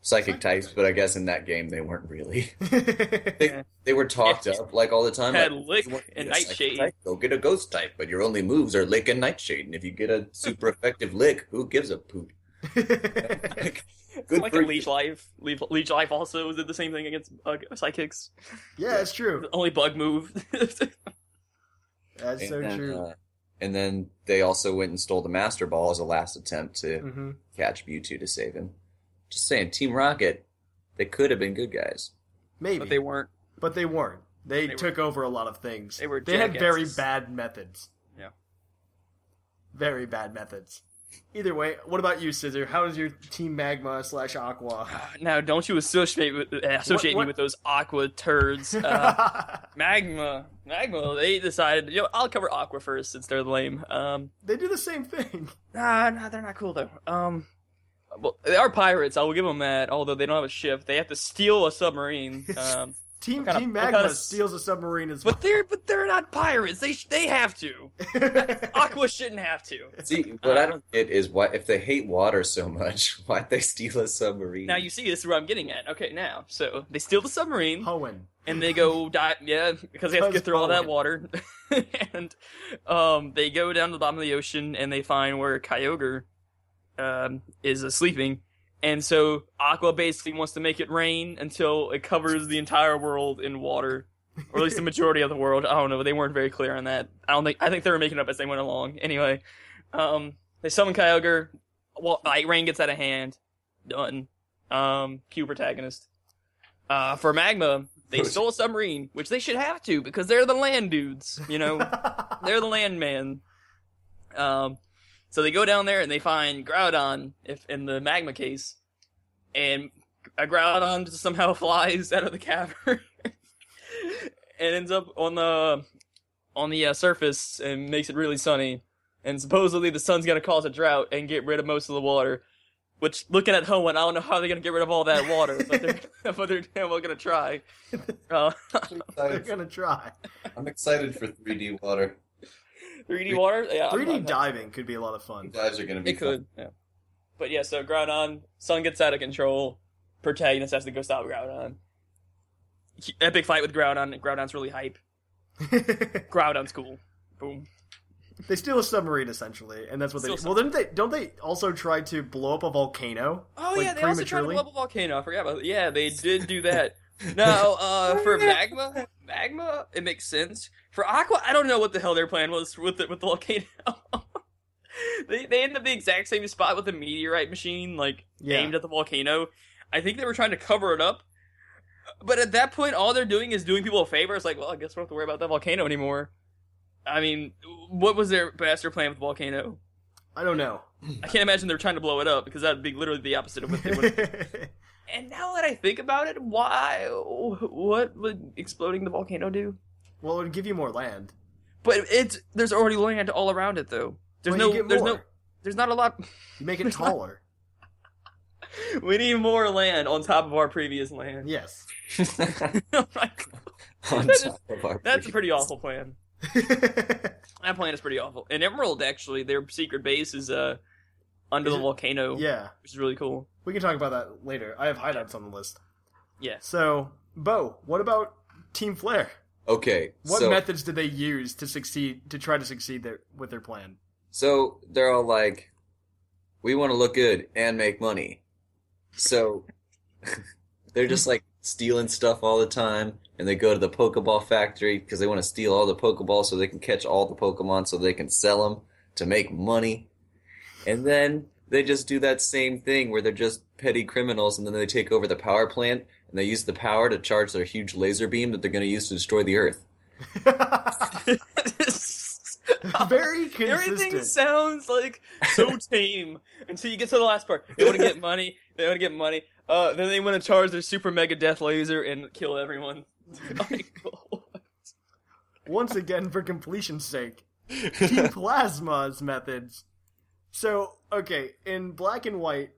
Speaker 3: psychic types. But I guess in that game they weren't really. They, they were talked up like all the time.
Speaker 5: Had
Speaker 3: like,
Speaker 5: Lick
Speaker 3: "You want to be
Speaker 5: and
Speaker 3: a psychic
Speaker 5: Nightshade."
Speaker 3: type? Go get a ghost type, but your only moves are Lick and Nightshade. And if you get a super effective Lick, who gives a poop? Like, good
Speaker 5: like
Speaker 3: for
Speaker 5: a
Speaker 3: you.
Speaker 5: Leech Life. Leech, Leech Life also did the same thing against uh, Psychics.
Speaker 1: yeah, it's true.
Speaker 5: The only bug move.
Speaker 1: That's so
Speaker 3: then,
Speaker 1: true.
Speaker 3: uh, and then they also went and stole the Master Ball as a last attempt to
Speaker 1: hmm
Speaker 3: catch Mewtwo to save him. Just saying, Team Rocket, they could have been good guys.
Speaker 1: Maybe.
Speaker 5: but they weren't.
Speaker 1: But they weren't. They,
Speaker 5: were-
Speaker 1: took over a lot of things.
Speaker 5: They were
Speaker 1: They had very
Speaker 5: jackasses.
Speaker 1: bad methods.
Speaker 5: Yeah.
Speaker 1: Very bad methods. Either way, what about you, Scissor? How is your team Magma slash Aqua?
Speaker 5: Now, don't you associate with, uh, associate
Speaker 1: what-
Speaker 5: me with those aqua turds. Uh, magma, magma. They decided, you know, I'll cover aqua first since they're lame. Um,
Speaker 1: they do the same thing.
Speaker 5: nah, nah, they're not cool though. Um, well, they are pirates. I will give them that. Although they don't have a ship, they have to steal a submarine. Um,
Speaker 1: Team
Speaker 5: kinda-
Speaker 1: Team
Speaker 5: what
Speaker 1: Magma
Speaker 5: kinda s-
Speaker 1: steals a submarine as well.
Speaker 5: but they're but they're not pirates. They sh- they have to. Aqua shouldn't have to.
Speaker 3: See, what
Speaker 5: uh,
Speaker 3: I don't get is why, if they hate water so much, why'd they steal a submarine?
Speaker 5: Now you see, this is where I'm getting at. Okay, now so they steal the submarine.
Speaker 1: Hoenn.
Speaker 5: and they go dive yeah because they have to get through all that water and um they go down to the bottom of the ocean and they find where Kyogre um is uh, sleeping and so Aqua basically wants to make it rain until it covers the entire world in water or at least the majority of the world I don't know they weren't very clear on that I don't think I think they were making it up as they went along anyway um they summon Kyogre well like, rain gets out of hand done um Q protagonist uh, for Magma, they stole a submarine, which they should have to because they're the land dudes. You know, they're the land man. Um, so they go down there and they find Groudon, if in the Magma case, and a Groudon just somehow flies out of the cavern and ends up on the on the uh, surface and makes it really sunny. And supposedly the sun's gonna cause a drought and get rid of most of the water. Which, looking at Hoenn, I don't know how they're gonna get rid of all that water, but they're, but they're damn well gonna try. Uh,
Speaker 1: They're gonna try.
Speaker 3: I'm excited for 3D water.
Speaker 5: 3D water, yeah, I'm
Speaker 1: 3D
Speaker 5: not-
Speaker 1: diving could be a lot of fun.
Speaker 3: Dives are going to be
Speaker 5: It could. Yeah. But yeah, so Groudon, Sun gets out of control. Protagonist has to go stop Groudon. He- Epic fight with Groudon. Groudon's really hype. Groudon's cool. Boom.
Speaker 1: They steal a submarine essentially, and that's what they.
Speaker 5: Steal
Speaker 1: Well, didn't they? Don't they also try to blow up a volcano?
Speaker 5: Oh
Speaker 1: like,
Speaker 5: yeah, they also tried to
Speaker 1: prematurely?
Speaker 5: blow up a volcano. I forgot about. Yeah, they did do that. no, uh, for magma, magma, it makes sense. For aqua, I don't know what the hell their plan was with the, with the volcano. they they ended up the exact same spot with the meteorite machine, like
Speaker 1: Yeah.
Speaker 5: aimed at the volcano. I think they were trying to cover it up, but at that point, all they're doing is doing people a favor. It's like, well, I guess we don't have to worry about that volcano anymore. I mean, what was their master plan with the volcano?
Speaker 1: I don't know.
Speaker 5: I can't imagine they're trying to blow it up because that'd be literally the opposite of what they would have And now that I think about it, why? What would exploding the volcano do?
Speaker 1: well, it would give you more land.
Speaker 5: But it's there's already land all around it though. There's
Speaker 1: Well, you
Speaker 5: no
Speaker 1: get
Speaker 5: there's
Speaker 1: more.
Speaker 5: no there's not a lot.
Speaker 1: You make it taller.
Speaker 5: We need more land on top of our previous land.
Speaker 1: yes.
Speaker 5: Oh my God.
Speaker 3: on
Speaker 5: That is-
Speaker 3: top of our
Speaker 5: That's a pretty awful plan. That plan is pretty awful. And Emerald actually, their secret base is uh under
Speaker 1: Is
Speaker 5: the
Speaker 1: it-
Speaker 5: volcano,
Speaker 1: yeah.
Speaker 5: which is really cool.
Speaker 1: We can talk about that later. I have hideouts on the list.
Speaker 5: Yes.
Speaker 1: So, Bo, what about Team Flare?
Speaker 3: Okay.
Speaker 1: What
Speaker 3: so,
Speaker 1: methods did they use to succeed to try to succeed their, with their plan?
Speaker 3: so they're all like, we want to look good and make money. So they're just like stealing stuff all the time, and they go to the Pokeball factory because they want to steal all the Pokeballs so they can catch all the Pokemon so they can sell them to make money. And then they just do that same thing where they're just petty criminals, and then they take over the power plant and they use the power to charge their huge laser beam that they're going to use to destroy the Earth.
Speaker 1: Very
Speaker 5: Everything
Speaker 1: consistent.
Speaker 5: sounds like so tame until you get to the last part. They want to get money. They want to get money. Uh, then they want to charge their super mega death laser and kill everyone. Oh Like,
Speaker 1: Once again, for completion's sake, Team Plasma's methods. So, okay, in black and white,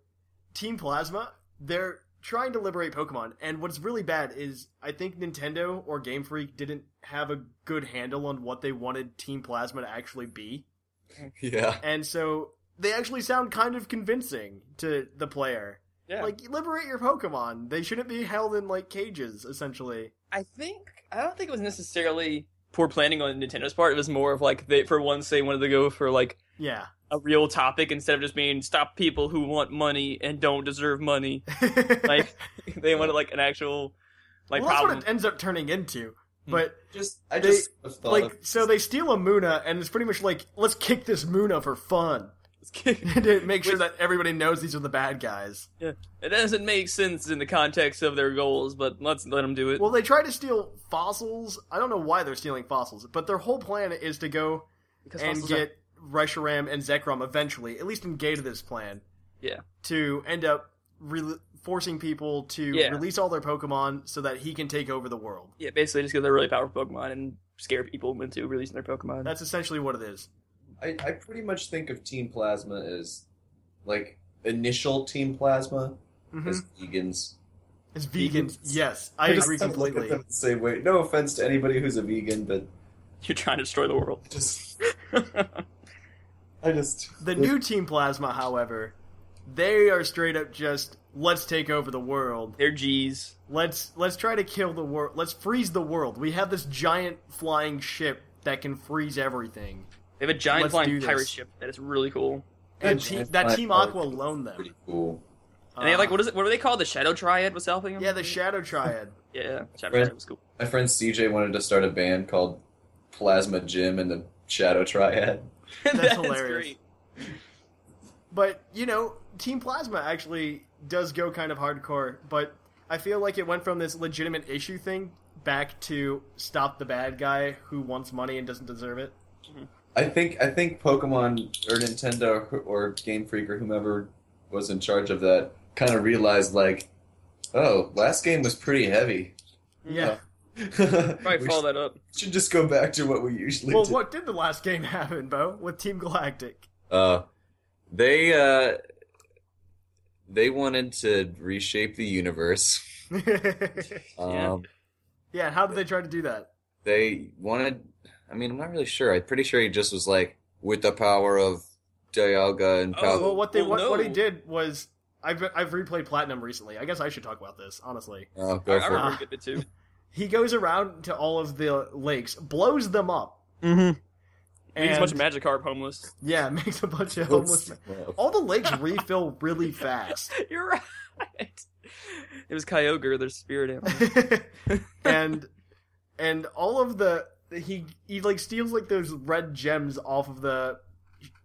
Speaker 1: Team Plasma, they're trying to liberate Pokemon, and what's really bad is I think Nintendo or Game Freak didn't have a good handle on what they wanted Team Plasma to actually be.
Speaker 3: Yeah.
Speaker 1: And so they actually sound kind of convincing to the player.
Speaker 5: Yeah.
Speaker 1: Like, liberate your Pokemon. They shouldn't be held in, like, cages, essentially.
Speaker 5: I think I don't think it was necessarily poor planning on Nintendo's part. It was more of like they for once they wanted to go for like
Speaker 1: Yeah.
Speaker 5: a real topic instead of just being stop people who want money and don't deserve money. Like they wanted like an actual like
Speaker 1: well, that's
Speaker 5: problem. Hmm.
Speaker 1: what it ends up turning into. But
Speaker 3: Just I
Speaker 1: They-
Speaker 3: just have thought
Speaker 1: like,
Speaker 3: of-
Speaker 1: so they steal a Muna, and it's pretty much like, let's kick this Muna for fun to make sure that everybody knows these are the bad guys.
Speaker 5: Yeah. It doesn't make sense in the context of their goals, but let's let them do it.
Speaker 1: Well, they try to steal fossils. I don't know why they're stealing fossils, but their whole plan is to go
Speaker 5: Because
Speaker 1: and
Speaker 5: fossils are-
Speaker 1: get Reshiram and Zekrom eventually, at least engage this plan,
Speaker 5: yeah.
Speaker 1: to end up re- forcing people to
Speaker 5: Yeah.
Speaker 1: release all their Pokemon so that he can take over the world.
Speaker 5: Yeah, basically just because they're really powerful Pokemon and scare people into releasing their Pokemon.
Speaker 1: That's essentially what it is.
Speaker 3: I, I pretty much think of Team Plasma as like initial Team Plasma
Speaker 1: Mm-hmm.
Speaker 3: as vegans.
Speaker 1: It's vegans.
Speaker 3: Vegans.
Speaker 1: Yes, I
Speaker 3: just
Speaker 1: agree
Speaker 3: kinda look at
Speaker 1: completely.
Speaker 3: them and say, wait, no offense to anybody who's a vegan, but
Speaker 5: You're trying to destroy the world.
Speaker 3: just I just
Speaker 1: The new Team Plasma, however, they are straight up just let's take over the world.
Speaker 5: They're G's.
Speaker 1: Let's let's try to kill the world. Let's freeze the world. We have this giant flying ship that can freeze everything.
Speaker 5: They have a
Speaker 1: Let's
Speaker 5: giant
Speaker 1: do
Speaker 5: flying
Speaker 1: this.
Speaker 5: pirate ship that is really cool.
Speaker 1: And
Speaker 3: Yeah,
Speaker 1: te-
Speaker 3: it's
Speaker 1: that
Speaker 3: my
Speaker 1: Team
Speaker 3: fault.
Speaker 1: Aqua loaned them.
Speaker 3: pretty cool.
Speaker 5: And they have like what is it? What are they called? The Shadow Triad was helping them.
Speaker 1: Uh, Yeah, the Shadow Triad.
Speaker 5: yeah. Shadow
Speaker 3: Right.
Speaker 5: Triad was cool.
Speaker 3: My friend CJ wanted to start a band called Plasma Jim and the Shadow Triad.
Speaker 5: That's,
Speaker 1: hilarious.
Speaker 5: great.
Speaker 1: But you know, Team Plasma actually does go kind of hardcore. But I feel like it went from this legitimate issue thing back to stop the bad guy who wants money and doesn't deserve it.
Speaker 3: I think I think Pokemon or Nintendo or, or Game Freak or whomever was in charge of that kind of realized like, oh, last game was pretty heavy.
Speaker 1: Yeah.
Speaker 5: Probably
Speaker 3: Probably
Speaker 5: follow that up.
Speaker 3: Uh, should just go back to what we usually
Speaker 1: Well,
Speaker 3: do.
Speaker 1: what did the last game happen, Bo, with Team Galactic?
Speaker 3: Uh, they uh, they wanted to reshape the universe. Um,
Speaker 5: Yeah.
Speaker 1: yeah, how did they try to do that?
Speaker 3: They wanted. I mean, I'm not really sure. I'm pretty sure he just was like, with the power of Dialga and Pal.
Speaker 1: Well, what they
Speaker 5: Well,
Speaker 1: what, what
Speaker 5: no.
Speaker 1: he did was I've I've replayed Platinum recently. I guess I should talk about this honestly.
Speaker 3: Oh,
Speaker 5: I,
Speaker 3: go
Speaker 5: I
Speaker 3: for
Speaker 5: remember
Speaker 3: it.
Speaker 5: a good bit too.
Speaker 1: He goes around to all of the lakes, blows them up. Mm-hmm.
Speaker 5: Leaves a bunch of
Speaker 1: And,
Speaker 5: Magikarp homeless.
Speaker 1: yeah, makes a bunch of homeless. All the lakes refill really fast,
Speaker 5: You're right. It was Kyogre, their spirit animal.
Speaker 1: and and all of the he he like steals like those red gems off of the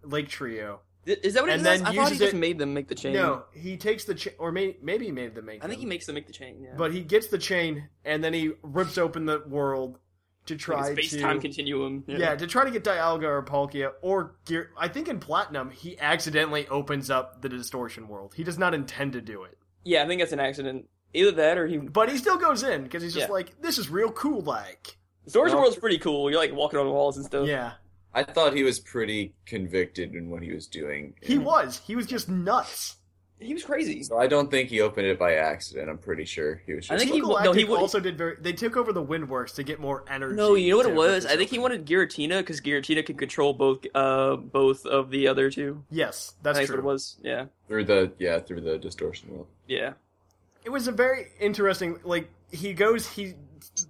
Speaker 1: lake trio.
Speaker 5: Is that what it
Speaker 1: And
Speaker 5: is?
Speaker 1: then
Speaker 5: I thought he
Speaker 1: uses
Speaker 5: just
Speaker 1: it-
Speaker 5: made them make the chain.
Speaker 1: No, he takes the cha- or may- maybe he made them make.
Speaker 5: I think he
Speaker 1: them.
Speaker 5: makes them make the chain. Yeah.
Speaker 1: But he gets the chain and then he rips open the world to try
Speaker 5: space
Speaker 1: to
Speaker 5: time continuum.
Speaker 1: yeah to try to get Dialga or Palkia or Gear. I think in Platinum he accidentally opens up the distortion world. He does not intend to do it,
Speaker 5: Yeah, I think that's an accident. Either that or he.
Speaker 1: but he still goes in because he's just
Speaker 5: Yeah.
Speaker 1: like this is real cool like.
Speaker 5: Storage World's pretty cool. You're like walking on walls and stuff.
Speaker 1: Yeah,
Speaker 3: I thought he was pretty convicted in what he was doing.
Speaker 1: he was. He was just nuts.
Speaker 5: He was crazy.
Speaker 3: so I don't think he opened it by accident. I'm pretty sure he was just.
Speaker 5: I think
Speaker 1: Team
Speaker 5: he wa- no,
Speaker 1: Galactic
Speaker 5: he wa-
Speaker 1: also did very. They took over the Windworks to get more energy.
Speaker 5: No, you know what
Speaker 1: to
Speaker 5: it was?
Speaker 1: rip
Speaker 5: I think he
Speaker 1: open.
Speaker 5: wanted Giratina because Giratina could control both uh both of the other two.
Speaker 1: Yes,
Speaker 5: I
Speaker 1: that's
Speaker 5: think
Speaker 1: true.
Speaker 5: what it was. Yeah.
Speaker 3: through the yeah through the distortion world.
Speaker 5: Yeah.
Speaker 1: it was a very interesting like he goes he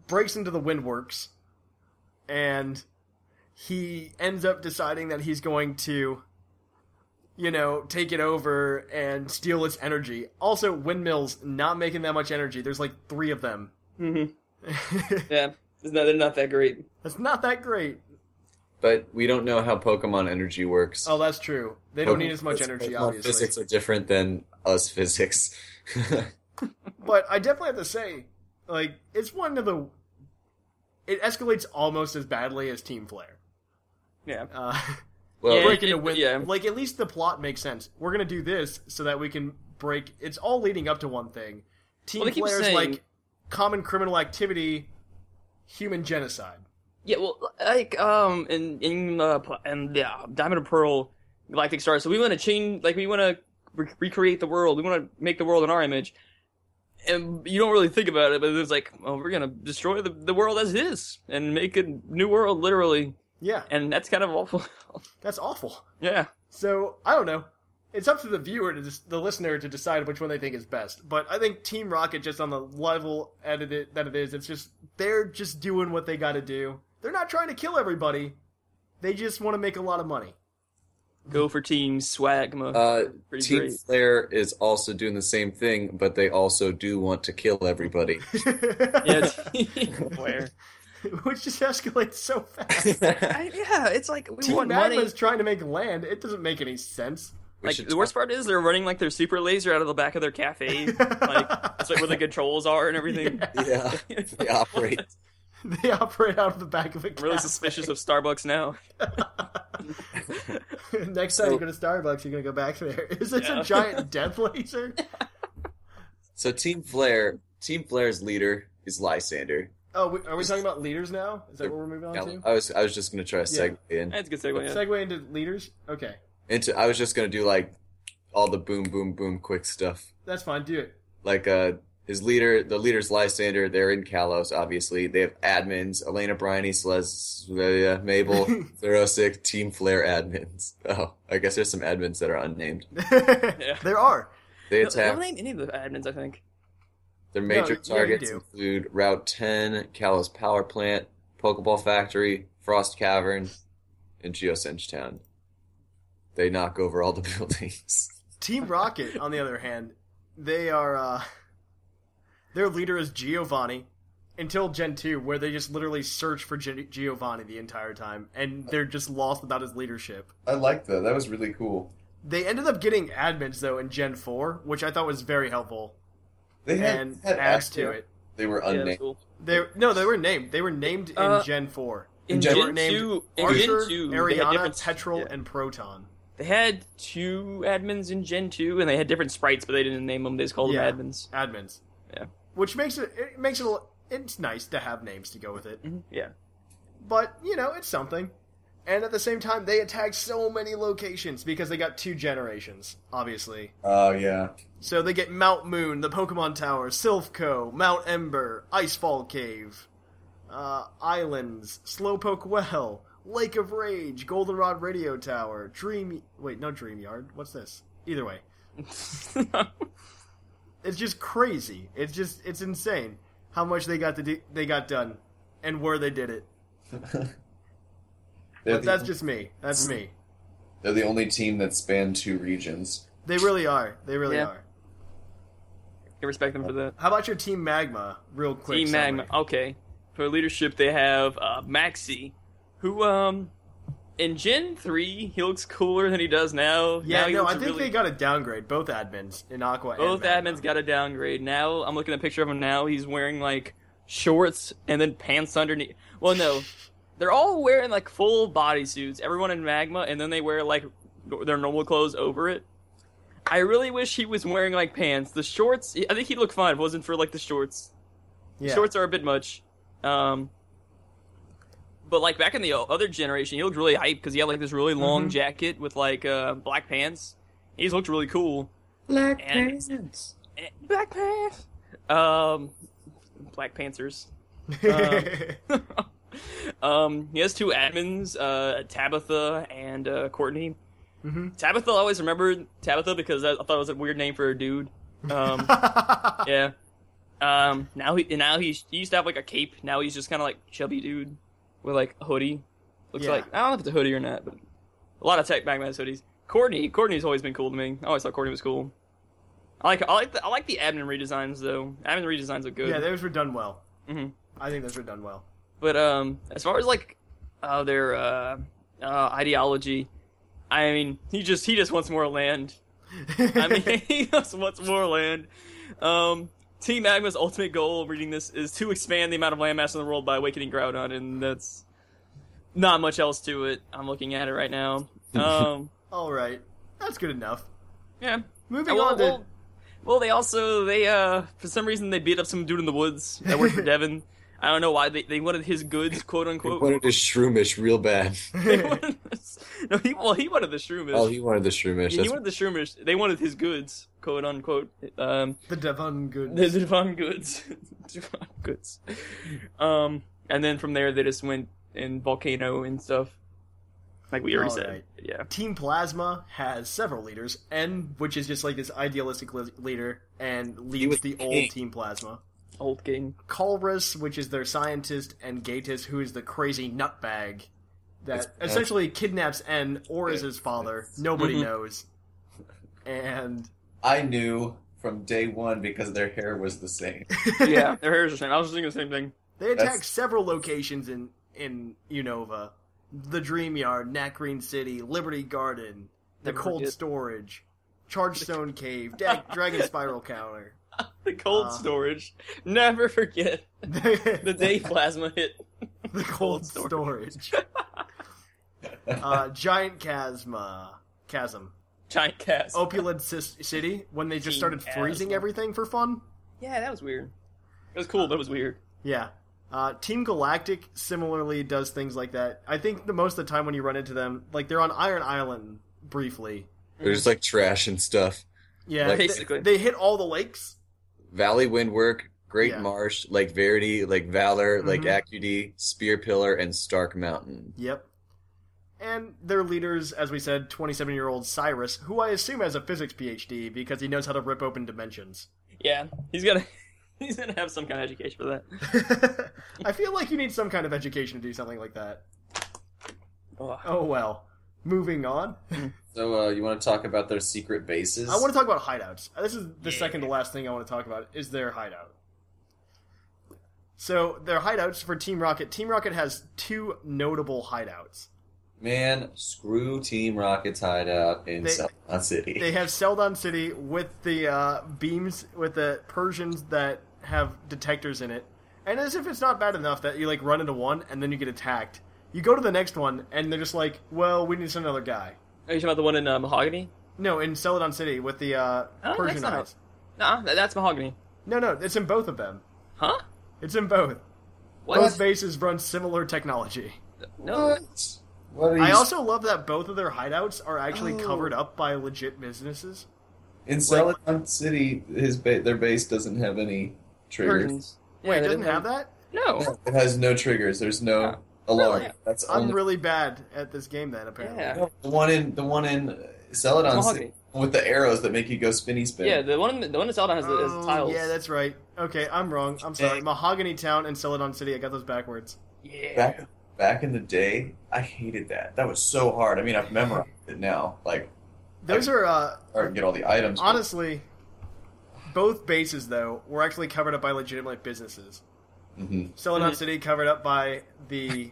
Speaker 1: breaks into the windworks and he ends up deciding that he's going to you know take it over and steal its energy also windmills not making that much energy there's like three of them
Speaker 5: Yeah. It's not, they're not that great.
Speaker 1: that's not that great
Speaker 3: But we don't know how Pokemon energy works.
Speaker 1: oh that's true they don't need as much
Speaker 3: Pokemon
Speaker 1: energy obviously
Speaker 3: Physics are different than us physics.
Speaker 1: But I definitely have to say, like, it's one of the. It escalates almost as badly as Team Flare.
Speaker 5: Yeah.
Speaker 1: Uh,
Speaker 3: well,
Speaker 5: Yeah.
Speaker 1: breaking
Speaker 5: it-
Speaker 1: a win.
Speaker 5: yeah.
Speaker 1: Like, at least the plot makes sense. We're gonna do this so that we can break. It's all leading up to one thing. Team
Speaker 5: Well, they keep
Speaker 1: Flare's
Speaker 5: saying-
Speaker 1: like common criminal activity, human genocide.
Speaker 5: Yeah. Well, like um uh, in in uh, pl- and yeah, Diamond and Pearl, Galactic Star. So we want to chain like we want to re- recreate the world. We want to make the world in our image. And you don't really think about it, but it's like, well, we're gonna destroy the, the world as it is and make a new world literally.
Speaker 1: Yeah,
Speaker 5: And that's kind of awful.
Speaker 1: that's awful.
Speaker 5: yeah.
Speaker 1: So I don't know. It's up to the viewer to just, the listener to decide which one they think is best. But I think Team Rocket, just on the level at it, that it is, it's just they're just doing what they got to do. They're not trying to kill everybody. They just want to make a lot of money.
Speaker 5: Go for Team Swagma.
Speaker 3: Uh,
Speaker 5: Pretty
Speaker 3: Team
Speaker 5: great.
Speaker 3: Slayer is also doing the same thing, but they also do want to kill everybody.
Speaker 5: yeah, Team Where?
Speaker 1: Which just escalates so fast.
Speaker 5: I, yeah, it's like we
Speaker 1: Team
Speaker 5: want
Speaker 1: Magma
Speaker 5: money.
Speaker 1: is trying to make land. It doesn't make any sense.
Speaker 3: We
Speaker 5: Like
Speaker 3: should
Speaker 5: the worst part is they're running like their super laser out of the back of their cafe. like that's like where the controls are and everything.
Speaker 3: talk- yeah, they operate.
Speaker 1: They operate out of the back of a
Speaker 5: I'm really
Speaker 1: cafe.
Speaker 5: suspicious of Starbucks now.
Speaker 1: Next time you go to Starbucks, you're gonna go back there. Is this
Speaker 5: Yeah.
Speaker 1: a giant death laser?
Speaker 3: So Team Flare, Team Flare's leader is Lysander.
Speaker 1: Oh, we, are we talking about leaders now? Is that what we're moving on
Speaker 3: Now,
Speaker 1: to?
Speaker 3: I was I was just gonna try to segue in
Speaker 5: That's a good segue. Yeah.
Speaker 1: Segue into leaders. Okay,
Speaker 3: into. I was just gonna do like all the boom boom boom quick stuff.
Speaker 1: that's fine. Do it.
Speaker 3: Like uh, his leader, the leader's Lysander. They're in Kalos, obviously. They have admins: Elena, Bryony, Celeste, uh, Mabel, Zerosic, Team Flare admins. Oh, I guess there's some admins that are unnamed.
Speaker 1: There are.
Speaker 3: They
Speaker 5: They
Speaker 3: attack.
Speaker 5: don't name any of the admins, I think.
Speaker 3: Their major
Speaker 1: No, yeah, you
Speaker 3: targets
Speaker 1: do.
Speaker 3: include Route 10, Kalos Power Plant, Pokeball Factory, Frost Cavern, and Geosench Town. They knock over all the buildings.
Speaker 1: Team Rocket, on the other hand, they are. uh Their leader is Giovanni until Gen two, where they just literally search for Gi- Giovanni the entire time, and they're just lost about his leadership.
Speaker 3: I like that. That was really cool.
Speaker 1: They ended up getting admins though in Gen four, which I thought was very helpful
Speaker 3: They
Speaker 1: and adds to it.
Speaker 3: They were
Speaker 5: Yeah,
Speaker 3: unnamed.
Speaker 5: that's cool.
Speaker 1: They no, they were named. They were named in
Speaker 5: Uh,
Speaker 1: Gen four.
Speaker 5: In
Speaker 3: Gen-
Speaker 1: They were
Speaker 5: Gen
Speaker 1: named
Speaker 5: two, in Gen
Speaker 1: Archer,
Speaker 5: two, they had different
Speaker 1: Ariana, Petrol, and Proton.
Speaker 5: They had two admins in Gen two, and they had different sprites, but they didn't name them. They just called
Speaker 1: Yeah.
Speaker 5: them admins.
Speaker 1: Admins.
Speaker 5: Yeah.
Speaker 1: Which makes it it makes it a, l- it's nice to have names to go with it.
Speaker 5: Yeah.
Speaker 1: But, you know, it's something. And at the same time, they attack so many locations because they got two generations, obviously.
Speaker 3: Oh, yeah.
Speaker 1: So they get Mount Moon, the Pokemon Tower, Silphco, Mount Ember, Icefall Cave, uh, Islands, Slowpoke Well, Lake of Rage, Goldenrod Radio Tower, Dream. Wait, no, Dream Yard. What's this? Either way, it's just crazy. It's just it's insane how much they got to do, they got done, and where they did it.
Speaker 3: They're
Speaker 1: But that's
Speaker 3: the,
Speaker 1: just me. That's me.
Speaker 3: they're the only team that span two regions.
Speaker 1: They really are. They really
Speaker 5: Yeah.
Speaker 1: are.
Speaker 5: you respect them for that.
Speaker 1: How about your Team Magma? Real quick.
Speaker 5: Team Magma.
Speaker 1: summary.
Speaker 5: Okay. For leadership, they have uh, Maxi, who um in Gen three he looks cooler than he does now.
Speaker 1: Yeah,
Speaker 5: now he
Speaker 1: no, I
Speaker 5: looks
Speaker 1: think
Speaker 5: really-
Speaker 1: they got a downgrade. Both admins in Aqua. and
Speaker 5: both
Speaker 1: Magma.
Speaker 5: admins got a downgrade. Now I'm looking at a picture of him now. He's wearing like shorts and then pants underneath. Well, no, they're all wearing like full bodysuits. Everyone in Magma, and then they wear like no- their normal clothes over it. I really wish he was wearing like pants. The shorts, I think he'd look fine if it wasn't for like the shorts.
Speaker 1: Yeah.
Speaker 5: Shorts are a bit much. Um, but like back in the o- other generation, he looked really hype because he had like this really long jacket with like uh, black pants. He's looked really cool. Black pants. Black pants. Um, Black Panthers. Um, he has two admins, uh, Tabitha and uh, Courtney.
Speaker 1: Mm-hmm.
Speaker 5: Tabitha I always remembered Tabitha because I I thought it was a weird name for a dude. Um, yeah. Um, now he now he's, he used to have like a cape. Now he's just kind of like chubby dude with like a hoodie. Looks
Speaker 1: Yeah.
Speaker 5: like ah, I don't know if it's a hoodie or not, but a lot of tech Magma's hoodies. Courtney, Courtney's always been cool to me. I always thought Courtney was cool. I like I like the, I like the admin redesigns though. Admin redesigns look good. Mm-hmm.
Speaker 1: Yeah, those were done well. I think those were done well.
Speaker 5: But um, as far as like uh, their uh, uh, ideology, I mean, he just he just wants more land. I mean, he just wants more land. Um, Team Magma's ultimate goal of reading this is to expand the amount of landmass in the world by awakening Groudon, and that's not much else to it. I'm looking at it right now. Um,
Speaker 1: All right, that's good enough.
Speaker 5: yeah.
Speaker 1: Moving
Speaker 5: well,
Speaker 1: on to
Speaker 5: well, well, they also they uh for some reason they beat up some dude in the woods that worked for Devin. I don't know why they, they wanted his goods, quote unquote.
Speaker 3: He wanted the shroomish real bad.
Speaker 5: They wanted this- no, he well he wanted the shroomish.
Speaker 3: Oh, he wanted the shroomish.
Speaker 5: he
Speaker 3: That's,
Speaker 5: wanted the shroomish. They wanted his goods, quote unquote. Um,
Speaker 1: The Devon good.
Speaker 5: the Devon goods, Devon goods. Um, and then from there they just went in volcano and stuff. Like we already
Speaker 1: All
Speaker 5: said,
Speaker 1: right.
Speaker 5: yeah.
Speaker 1: Team Plasma has several leaders, N, which is just like this idealistic li- leader, and leads
Speaker 3: was
Speaker 1: the
Speaker 3: the
Speaker 1: old
Speaker 3: king.
Speaker 1: Team Plasma.
Speaker 5: Old game.
Speaker 1: Colrus, which is their scientist, and Gatus, who is the crazy nutbag that
Speaker 3: That's-
Speaker 1: essentially kidnaps N or is his father. Nobody
Speaker 5: Mm-hmm.
Speaker 1: knows. And
Speaker 3: I knew from day one because their hair was the same.
Speaker 5: yeah, their hair's the same. I was just thinking the same thing.
Speaker 1: they attack
Speaker 3: That's-
Speaker 1: several locations in in Unova, the Dream Yard, Nat Green City, Liberty Garden, the
Speaker 5: Never
Speaker 1: Cold
Speaker 5: forget.
Speaker 1: Storage, Charge Stone Cave, Da- Dragon Spiral Counter.
Speaker 5: The cold
Speaker 1: Uh.
Speaker 5: storage. Never forget the
Speaker 1: the
Speaker 5: day plasma hit.
Speaker 1: cold storage. uh, giant chasma, chasm,
Speaker 5: Giant cast.
Speaker 1: opulent cis- city. When they just
Speaker 5: Team
Speaker 1: started freezing
Speaker 5: chasma.
Speaker 1: everything for fun.
Speaker 5: Yeah, that was weird. It was cool, but it was weird.
Speaker 1: Yeah. Uh, Team Galactic similarly does things like that. I think the most of the time when you run into them, like they're on Iron Island briefly.
Speaker 3: They're just like trash and stuff.
Speaker 1: Yeah,
Speaker 3: Like-
Speaker 1: they-
Speaker 5: Basically.
Speaker 1: they, hit all the lakes.
Speaker 3: Valley Windwork, Great
Speaker 1: Yeah.
Speaker 3: Marsh, Lake Verity, Lake Valor, Lake
Speaker 1: Mhm.
Speaker 3: Acuity, Spear Pillar, and Stark Mountain.
Speaker 1: Yep. And their leaders, as we said, 27 year old Cyrus, who I assume has a physics PhD because he knows how to rip open dimensions.
Speaker 5: Yeah, he's gonna he's gonna have some kind of education for that.
Speaker 1: I feel like you need some kind of education to do something like that.
Speaker 5: Ugh.
Speaker 1: Oh well. Moving on.
Speaker 3: So, uh, you want to talk about their secret bases?
Speaker 1: I want to talk about hideouts. This is the second to last thing I want to talk about is their hideout. So their hideouts for Team Rocket. Team Rocket has two notable hideouts.
Speaker 3: Man, screw Team Rocket's hideout in
Speaker 1: They-
Speaker 3: Salon City.
Speaker 1: They have Seldon City with the uh, beams with the Persians that have detectors in it, and as if it's not bad enough that you like run into one and then you get attacked. You go to the next one and they're just like, "Well, we need to send another guy."
Speaker 5: Are you talking about the one in uh, Mahogany?
Speaker 1: No, in Celadon City with the uh,
Speaker 5: Oh, that's
Speaker 1: Persian
Speaker 5: not-
Speaker 1: eyes.
Speaker 5: Nah, that, that's Mahogany.
Speaker 1: No, no, it's in both of them.
Speaker 5: Huh?
Speaker 1: It's in both.
Speaker 5: What?
Speaker 1: Both bases run similar technology.
Speaker 5: no.
Speaker 3: what are
Speaker 1: I also love that both of their hideouts are actually
Speaker 5: Oh.
Speaker 1: covered up by legit businesses.
Speaker 3: in Celadon City, his ba- their base doesn't have any triggers.
Speaker 5: Persians.
Speaker 1: Wait,
Speaker 5: Yeah, they
Speaker 1: doesn't
Speaker 5: didn't
Speaker 1: have that? Oh,
Speaker 5: No.
Speaker 3: It has no triggers. There's no alarm.
Speaker 5: Really?
Speaker 3: That's
Speaker 1: I'm
Speaker 3: only
Speaker 1: really bad at this game then, apparently.
Speaker 5: Yeah.
Speaker 3: No, the one in the one in uh, Celadon
Speaker 5: Mahogany.
Speaker 3: City with the arrows that make you go spinny spin.
Speaker 5: Yeah, the one the one in Zelda has, the has
Speaker 1: Oh,
Speaker 5: the tiles.
Speaker 1: yeah, that's right. Okay, I'm wrong. I'm sorry.
Speaker 3: Dang.
Speaker 1: Mahogany Town and Celadon City. I got those backwards.
Speaker 5: Yeah.
Speaker 3: back back in the day, I hated that. That was so hard. I mean, I've memorized it now. Like,
Speaker 1: Those are, uh,
Speaker 3: or I can get all the items. but-
Speaker 1: honestly, both bases, though, were actually covered up by legitimate businesses.
Speaker 3: Mhm.
Speaker 1: Celadon City covered up by the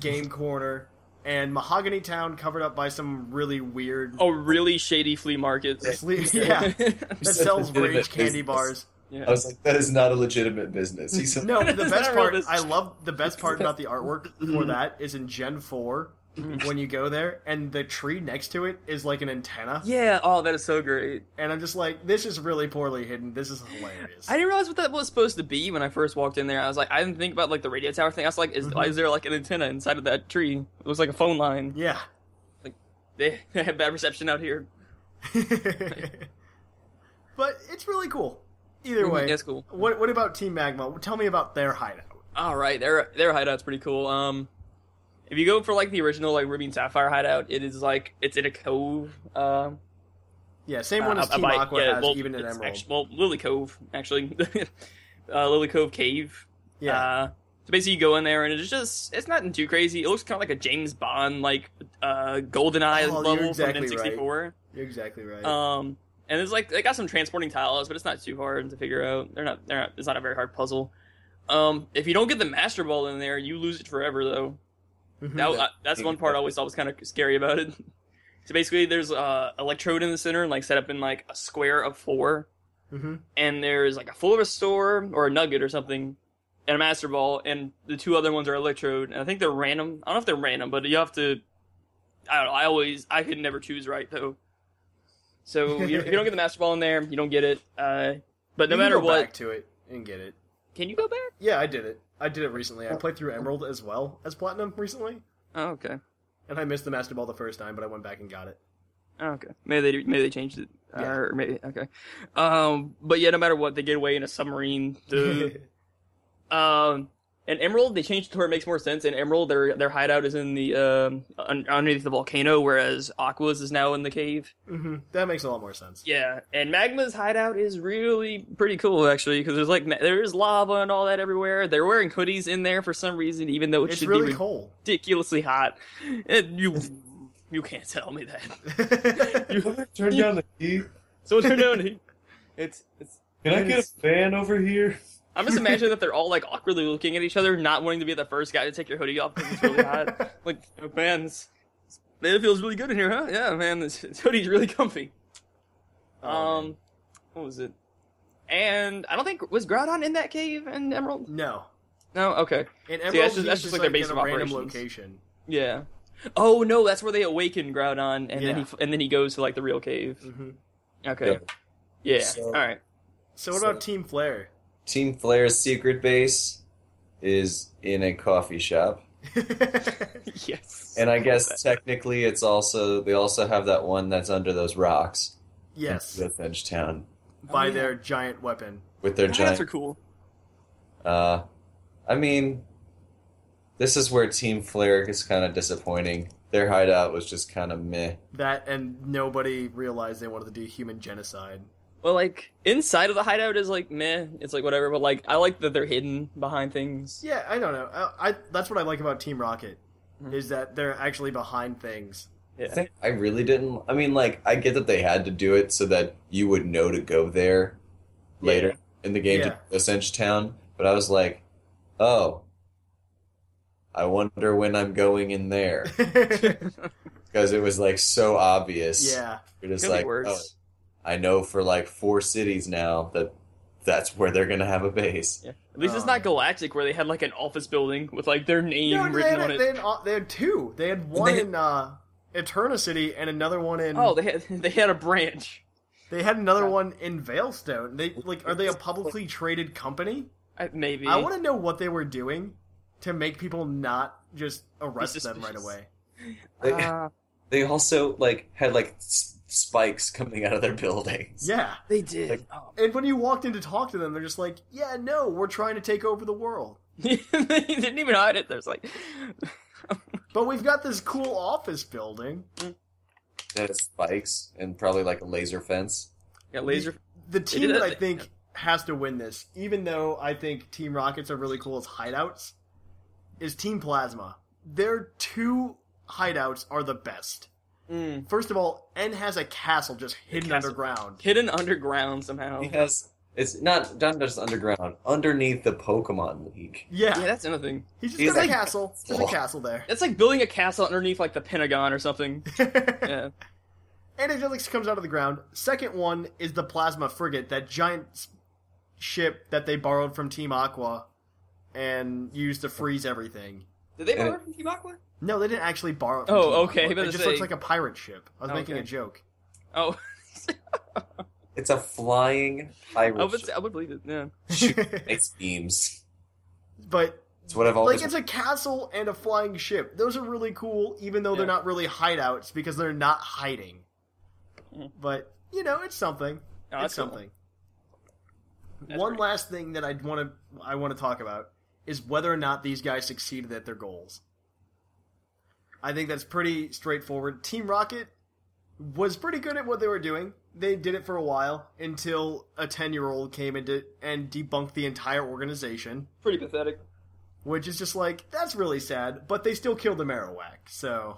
Speaker 1: Game Corner, and Mahogany Town covered up by some really weird.
Speaker 3: Oh.
Speaker 5: A Oh, really shady flea market.
Speaker 1: Sleep, yeah, that
Speaker 3: said
Speaker 1: sells
Speaker 3: legitimate
Speaker 1: rage candy
Speaker 3: business.
Speaker 1: bars.
Speaker 5: Yeah.
Speaker 3: I was like, that is not a legitimate business. He said,
Speaker 1: No, the
Speaker 5: It's
Speaker 1: best
Speaker 5: not
Speaker 1: part.
Speaker 5: real
Speaker 1: I love the best part about the artwork for that is in Gen Four
Speaker 5: Mm-hmm.
Speaker 1: when you go there, and the tree next to it is like an antenna.
Speaker 5: Yeah, oh, that is so great.
Speaker 1: And I'm just like, this is really poorly hidden. This is hilarious.
Speaker 5: I didn't realize what that was supposed to be when I first walked in there. I was like, I didn't think about like the radio tower thing. I was like, is,
Speaker 1: Mm-hmm.
Speaker 5: why is there like an antenna inside of that tree? It looks like a phone line.
Speaker 1: yeah.
Speaker 5: They they have bad reception out here.
Speaker 1: but it's really cool. Either way,
Speaker 5: That's Mm-hmm, cool.
Speaker 1: What What about Team Magma? Tell me about their hideout.
Speaker 5: All right, their their hideout's pretty cool. Um, if you go for like the original like Ruby and Sapphire hideout, it is like it's in a cove. Um,
Speaker 1: Yeah, same one
Speaker 5: uh,
Speaker 1: as
Speaker 5: up
Speaker 1: Team
Speaker 5: by-
Speaker 1: Aqua
Speaker 5: yeah,
Speaker 1: has,
Speaker 5: well,
Speaker 1: even in
Speaker 5: it's
Speaker 1: Emerald.
Speaker 5: actu- well, Lily Cove actually, uh, Lily Cove Cave.
Speaker 1: yeah,
Speaker 5: Uh, so basically, you go in there and it's just it's nothing too crazy. It looks kind of like a James Bond like uh, Golden Eye
Speaker 1: Oh, you're
Speaker 5: level
Speaker 1: exactly
Speaker 5: from
Speaker 1: right.
Speaker 5: N64.
Speaker 1: you're exactly right.
Speaker 5: Um, and it's like they got some transporting tiles, but it's not too hard to figure out. They're not. They're not. It's not a very hard puzzle. Um, if you don't get the master ball in there, you lose it forever. Though
Speaker 1: Mhm.
Speaker 5: that, I- that's one part I always thought was kind of scary about it. So basically, there's uh electrode in the center, like set up in like a square of four,
Speaker 1: Mhm.
Speaker 5: and there's like a full restore or a nugget or something, and a master ball, and the two other ones are electrode, and I think they're random. I don't know if they're random, but you have to. I don't know. I always I could never choose right though. So you, if you don't get the master ball in there, you don't get it. Uh, but no
Speaker 1: You can
Speaker 5: matter
Speaker 1: go
Speaker 5: what,
Speaker 1: back to it and get it.
Speaker 5: Can you go back?
Speaker 1: Yeah, I did it. I did it recently. I played through Emerald as well as Platinum recently,
Speaker 5: Oh, okay.
Speaker 1: and I missed the Master Ball the first time, but I went back and got it.
Speaker 5: Oh, okay. Maybe they maybe they changed it. Or maybe okay. Um, but yeah, no matter what, they get away in a submarine. Dude. Um, and Emerald, they changed to where it makes more sense. In Emerald, their their hideout is in the um un- underneath the volcano, whereas Aqua's is now in the cave.
Speaker 1: hmm That makes a lot more sense.
Speaker 5: Yeah, and Magma's hideout is really pretty cool actually, because there's like ma- there is lava and all that everywhere. They're wearing hoodies in there for some reason, even though it
Speaker 1: It's
Speaker 5: should
Speaker 1: really
Speaker 5: be
Speaker 1: cold.
Speaker 5: ridiculously hot. And you you can't tell me that.
Speaker 6: Turn down the heat.
Speaker 5: So what's your doing? It's it's
Speaker 6: Can I get a fan over here?
Speaker 5: I'm just imagining that they're all like awkwardly looking at each other, not wanting to be the first guy to take your hoodie off because it's really hot. Like, oh, man, this, man, it feels really good in here, huh? Yeah, man, this, this hoodie's really comfy.
Speaker 1: Oh,
Speaker 5: um, what was it? And I don't think was Groudon in that cave in Emerald.
Speaker 1: No,
Speaker 5: No, okay,
Speaker 1: and
Speaker 5: that's
Speaker 1: Emerald
Speaker 5: just- that's just like their base
Speaker 1: in a
Speaker 5: of
Speaker 1: random
Speaker 5: operations.
Speaker 1: location.
Speaker 5: yeah. Oh no, that's where they awaken Groudon, and
Speaker 1: Yeah.
Speaker 5: then he f- and then he goes to like the real cave.
Speaker 1: Mhm.
Speaker 5: Okay, yeah,
Speaker 3: So-
Speaker 5: all right.
Speaker 1: So what
Speaker 3: So-
Speaker 1: about Team Flare?
Speaker 3: Team Flair's secret base is in a coffee shop.
Speaker 5: Yes,
Speaker 3: And I guess technically it's also they also have that one that's under those rocks
Speaker 1: yes,
Speaker 3: with Edge Town
Speaker 5: Oh,
Speaker 1: by their giant weapon.
Speaker 3: with their
Speaker 5: that's
Speaker 3: giant
Speaker 5: are cool.
Speaker 3: uh I mean this is where Team Flair is kind of disappointing. Their hideout was just kind of meh.
Speaker 1: That and nobody realized they wanted to do human genocide.
Speaker 5: Well, like inside of the hideout is like meh, it's like whatever. But like I like that they're hidden behind things.
Speaker 1: Yeah, I don't know. I, I that's what I like about Team Rocket
Speaker 5: Mm-hmm.
Speaker 1: is that they're actually behind things.
Speaker 3: I think I really didn't. I mean, like, I get that they had to do it so that you would know to go there later
Speaker 5: Yeah.
Speaker 3: in the game
Speaker 1: Yeah.
Speaker 3: to Ascension Town, but I was like, oh, I wonder when I'm going in there. Because it was, like, so obvious.
Speaker 1: Yeah,
Speaker 3: It was
Speaker 5: Could
Speaker 3: like,
Speaker 5: be worse.
Speaker 3: oh, I know for, like, four cities now that that's where they're going to have a base.
Speaker 5: Yeah. At least it's
Speaker 1: Um,
Speaker 5: not Galactic where they had like an office building with like their name
Speaker 1: no, they,
Speaker 5: written on
Speaker 1: had,
Speaker 5: it.
Speaker 1: they, had, all- they had two. They had one
Speaker 5: They-
Speaker 1: in uh, Eterna City and another one in.
Speaker 5: oh, they had they had a branch.
Speaker 1: they had another one in Veilstone. They like, are they a publicly traded company?
Speaker 5: I, maybe.
Speaker 1: I want to know what they were doing to make people not just arrest them right
Speaker 5: suspicious.
Speaker 1: away.
Speaker 3: They,
Speaker 5: Uh,
Speaker 3: they also, like, had, like, s- spikes coming out of their buildings.
Speaker 1: Yeah,
Speaker 5: they did. oh.
Speaker 1: and when you walked in to talk to them, they're just like, "Yeah, no, we're trying to take over the world."
Speaker 5: they didn't even hide it. There's like,
Speaker 1: But we've got this cool office building.
Speaker 3: They had spikes and probably, like, a laser fence.
Speaker 5: yeah, laser.
Speaker 1: The team
Speaker 5: did
Speaker 1: that
Speaker 5: that
Speaker 1: I
Speaker 5: thing,
Speaker 1: think has to win this, even though I think Team Rockets are really cool as hideouts, is Team Plasma. Their two hideouts are the best.
Speaker 5: Mm.
Speaker 1: First of all, N has a castle just hidden
Speaker 5: castle.
Speaker 1: underground.
Speaker 5: Hidden underground somehow. Yeah,
Speaker 3: Because it's not not just underground, underneath the Pokemon League.
Speaker 1: Yeah,
Speaker 5: that's another thing.
Speaker 1: he just
Speaker 3: he's
Speaker 1: has a
Speaker 3: like-
Speaker 1: castle. There's a
Speaker 3: Oh.
Speaker 1: castle there,
Speaker 5: That's like building a castle underneath like the Pentagon or something. yeah.
Speaker 1: and it just like, comes out of the ground. Second one is the Plasma frigate, that giant s- ship that they borrowed from Team Aqua and used to freeze everything.
Speaker 5: Did they
Speaker 3: And-
Speaker 5: borrow from Team Aqua?
Speaker 1: No, they didn't actually borrow. It from
Speaker 5: Oh,
Speaker 1: Team
Speaker 5: okay,
Speaker 1: Aqua.
Speaker 5: I was
Speaker 1: It just
Speaker 5: gonna
Speaker 1: looks
Speaker 5: say-
Speaker 1: like a pirate ship. I was
Speaker 5: Oh,
Speaker 1: making a
Speaker 5: okay.
Speaker 1: joke.
Speaker 5: Oh,
Speaker 3: It's a flying
Speaker 5: I
Speaker 3: pirate
Speaker 5: would
Speaker 3: ship.
Speaker 5: say, I would believe it. Yeah.
Speaker 3: Makes beams.
Speaker 1: But
Speaker 3: It's what I've always.
Speaker 1: like, it's a castle and a flying ship. Those are really cool, even though they're
Speaker 5: Yeah.
Speaker 1: not really hideouts because they're not hiding. But you know, it's something.
Speaker 5: No,
Speaker 1: it's
Speaker 5: Hmm. Oh, that's cool.
Speaker 1: something. One last thing that I want to I want to talk about is whether or not these guys succeeded at their goals. I think that's pretty straightforward. Team Rocket was pretty good at what they were doing. They did it for a while until a 10-year-old came into and debunked the entire organization,
Speaker 5: Pretty pathetic.
Speaker 1: which is just like that's really sad, but they still killed the Marowak. So,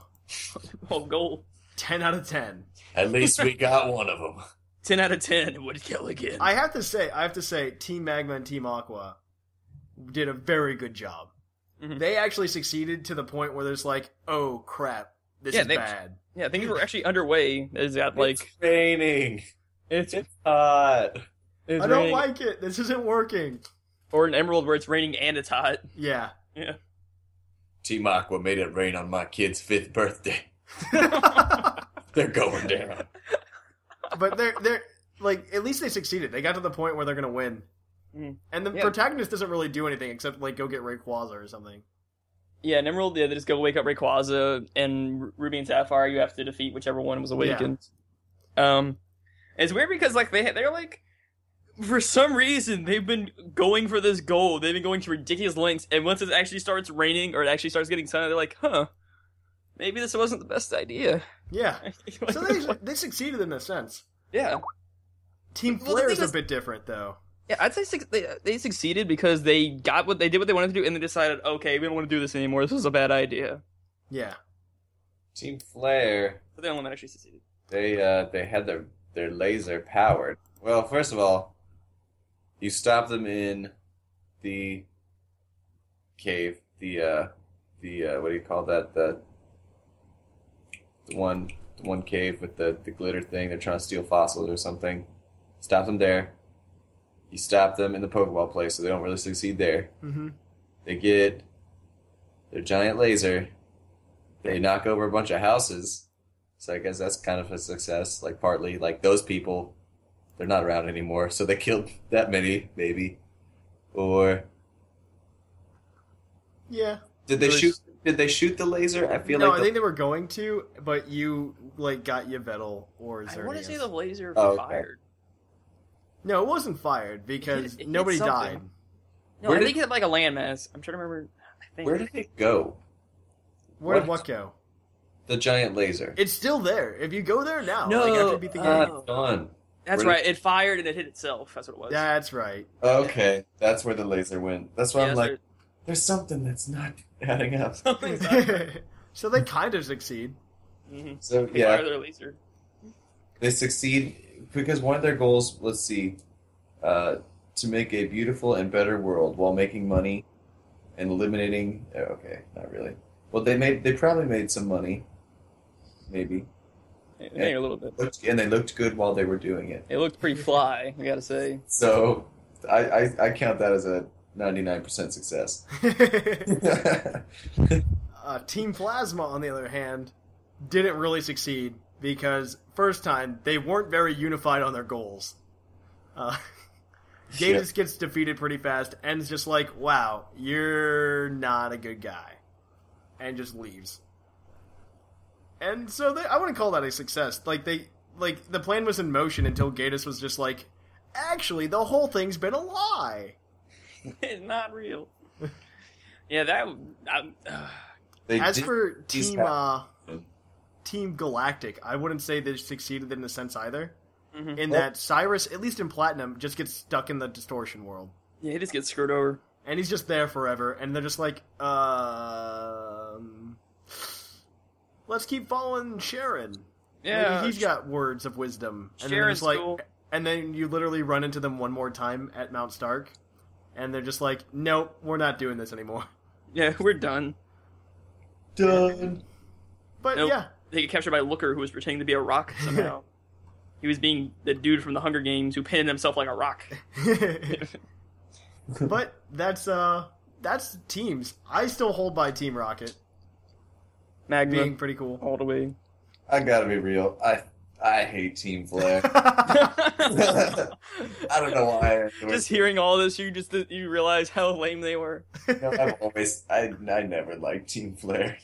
Speaker 5: Oh, goal.
Speaker 1: 10 out of 10.
Speaker 3: At least we got one of them.
Speaker 5: 10 out of 10 would kill again.
Speaker 1: I have to say, I have to say, Team Magma and Team Aqua did a very good job.
Speaker 5: Mm-hmm.
Speaker 1: They actually succeeded to the point where there's like, oh crap, this
Speaker 5: Yeah,
Speaker 1: is
Speaker 5: they-
Speaker 1: bad.
Speaker 5: yeah, things were actually underway. Is that like
Speaker 3: It's raining.
Speaker 5: it's,
Speaker 3: It's hot.
Speaker 5: it's
Speaker 1: I don't
Speaker 5: raining,
Speaker 1: like it. This isn't working.
Speaker 5: or an emerald where it's raining and it's hot.
Speaker 1: Yeah.
Speaker 5: Yeah.
Speaker 3: Team Aqua made it rain on my kid's fifth birthday.
Speaker 1: but
Speaker 3: They're going down.
Speaker 1: they're they're like at least they succeeded. They got to the point where they're gonna win.
Speaker 5: Mhm.
Speaker 1: And the
Speaker 5: Yeah.
Speaker 1: protagonist doesn't really do anything except like go get Rayquaza or something.
Speaker 5: Yeah, and Emerald, yeah, they just go wake up Rayquaza, and R- Ruby and Sapphire, you have to defeat whichever one was awakened. Um, it's weird because like they they're like, for some reason they've been going for this goal. They've been going to ridiculous lengths, and once it actually starts raining or it actually starts getting sunny, they're like, huh, maybe this wasn't the best idea.
Speaker 1: Yeah. So they they succeeded in a sense.
Speaker 5: yeah,
Speaker 1: Team
Speaker 5: Well, the
Speaker 1: Flair is
Speaker 5: thing
Speaker 1: a
Speaker 5: is-
Speaker 1: bit different though.
Speaker 5: yeah, I'd say suc- they they succeeded because they got what they did what they wanted to do, and they decided, okay, we don't want to do this anymore. This was a bad idea.
Speaker 1: Yeah.
Speaker 3: Team Flare,
Speaker 5: But they only actually succeeded.
Speaker 3: they uh, they had their their laser powered. Well, first of all, you stop them in the cave, the uh, the uh, what do you call that? The the one the one cave with the the glitter thing. They're trying to steal fossils or something. Stop them there. You stop them in the Pokeball place, so they don't really succeed there.
Speaker 1: Mm-hmm.
Speaker 3: They get their giant laser. They knock over a bunch of houses. So I guess that's kind of a success. Like partly, like those people, they're not around anymore. So they killed that many, maybe. Or
Speaker 1: Yeah.
Speaker 3: did they
Speaker 5: Really-
Speaker 3: shoot? Did they shoot the laser? I feel
Speaker 1: no,
Speaker 3: like
Speaker 1: I
Speaker 3: the-
Speaker 1: think they were going to, but you like got Yvettle or
Speaker 5: I want to
Speaker 1: Xerneas.
Speaker 5: say the laser
Speaker 3: Oh, okay.
Speaker 5: fired.
Speaker 1: No, it wasn't fired because
Speaker 5: It- it-
Speaker 1: nobody
Speaker 5: it's something.
Speaker 1: died.
Speaker 5: No,
Speaker 3: Where
Speaker 5: I
Speaker 3: did-
Speaker 5: think it had like a landmass. I'm trying to remember. I think.
Speaker 3: where did it go?
Speaker 1: Where did
Speaker 3: What?
Speaker 1: what go?
Speaker 3: The giant laser.
Speaker 1: It's still there. If you go there now,
Speaker 5: No,
Speaker 1: like after you beat the game.
Speaker 5: uh,
Speaker 3: Not gone.
Speaker 5: That's
Speaker 3: where
Speaker 5: right. It fired and it hit itself. That's what it was.
Speaker 1: That's right.
Speaker 3: Okay, that's where the laser went. That's why
Speaker 5: Yeah,
Speaker 3: I'm
Speaker 5: that's
Speaker 3: like,
Speaker 5: right.
Speaker 3: there's something that's not adding up.
Speaker 5: Something's up.
Speaker 1: so they kind of succeed.
Speaker 5: Mhm.
Speaker 3: so
Speaker 5: They
Speaker 3: yeah,
Speaker 5: fire their laser.
Speaker 3: they succeed because one of their goals let's see uh, to make a beautiful and better world while making money and eliminating oh, okay not really well they made they probably made some money maybe
Speaker 5: They- they made a little bit.
Speaker 3: Looked- and they looked good while they were doing it
Speaker 5: It looked pretty fly. I gotta say.
Speaker 3: so i i, I count that as a 99% success
Speaker 1: uh, Team Plasma, on the other hand, didn't really succeed because first time they weren't very unified on their goals. Uh,
Speaker 3: Yeah.
Speaker 1: Gatus gets defeated pretty fast and is just like, "Wow, you're not a good guy," and just leaves. And so they, I wouldn't call that a success. Like they, like the plan was in motion until Gatus was just like, "Actually, the whole thing's been a lie."
Speaker 5: it's not real. yeah, that. I, uh,
Speaker 3: they
Speaker 1: As
Speaker 3: did-
Speaker 1: for
Speaker 3: these
Speaker 1: team uh,
Speaker 3: hap-
Speaker 1: team Galactic, I wouldn't say they succeeded in a sense either.
Speaker 5: Mhm.
Speaker 1: In that Cyrus, at least in Platinum, just gets stuck in the distortion world,
Speaker 5: yeah, he just gets screwed over.
Speaker 1: and he's just there forever. And they're just like, um, let's keep following Sharon.
Speaker 5: Yeah,
Speaker 1: Maybe he's got words of wisdom. And then they're
Speaker 5: Sharon's
Speaker 1: just like,
Speaker 5: cool.
Speaker 1: and then you literally run into them one more time at Mount Stark, and they're just like, nope, we're not doing this anymore.
Speaker 5: yeah, we're done.
Speaker 7: Done.
Speaker 1: But
Speaker 5: Nope.
Speaker 1: yeah,
Speaker 5: They get captured by Looker, who was pretending to be a rock somehow. he was being the dude from the Hunger Games who painted himself like a rock.
Speaker 1: but that's uh that's teams. I still hold by Team Rocket
Speaker 5: Magma,
Speaker 1: being pretty cool.
Speaker 5: all the way.
Speaker 3: i gotta be real i i hate team flair i don't know why
Speaker 5: just hearing all this, you just you realize how lame they were.
Speaker 3: No, I've always, I, I never liked Team Flair.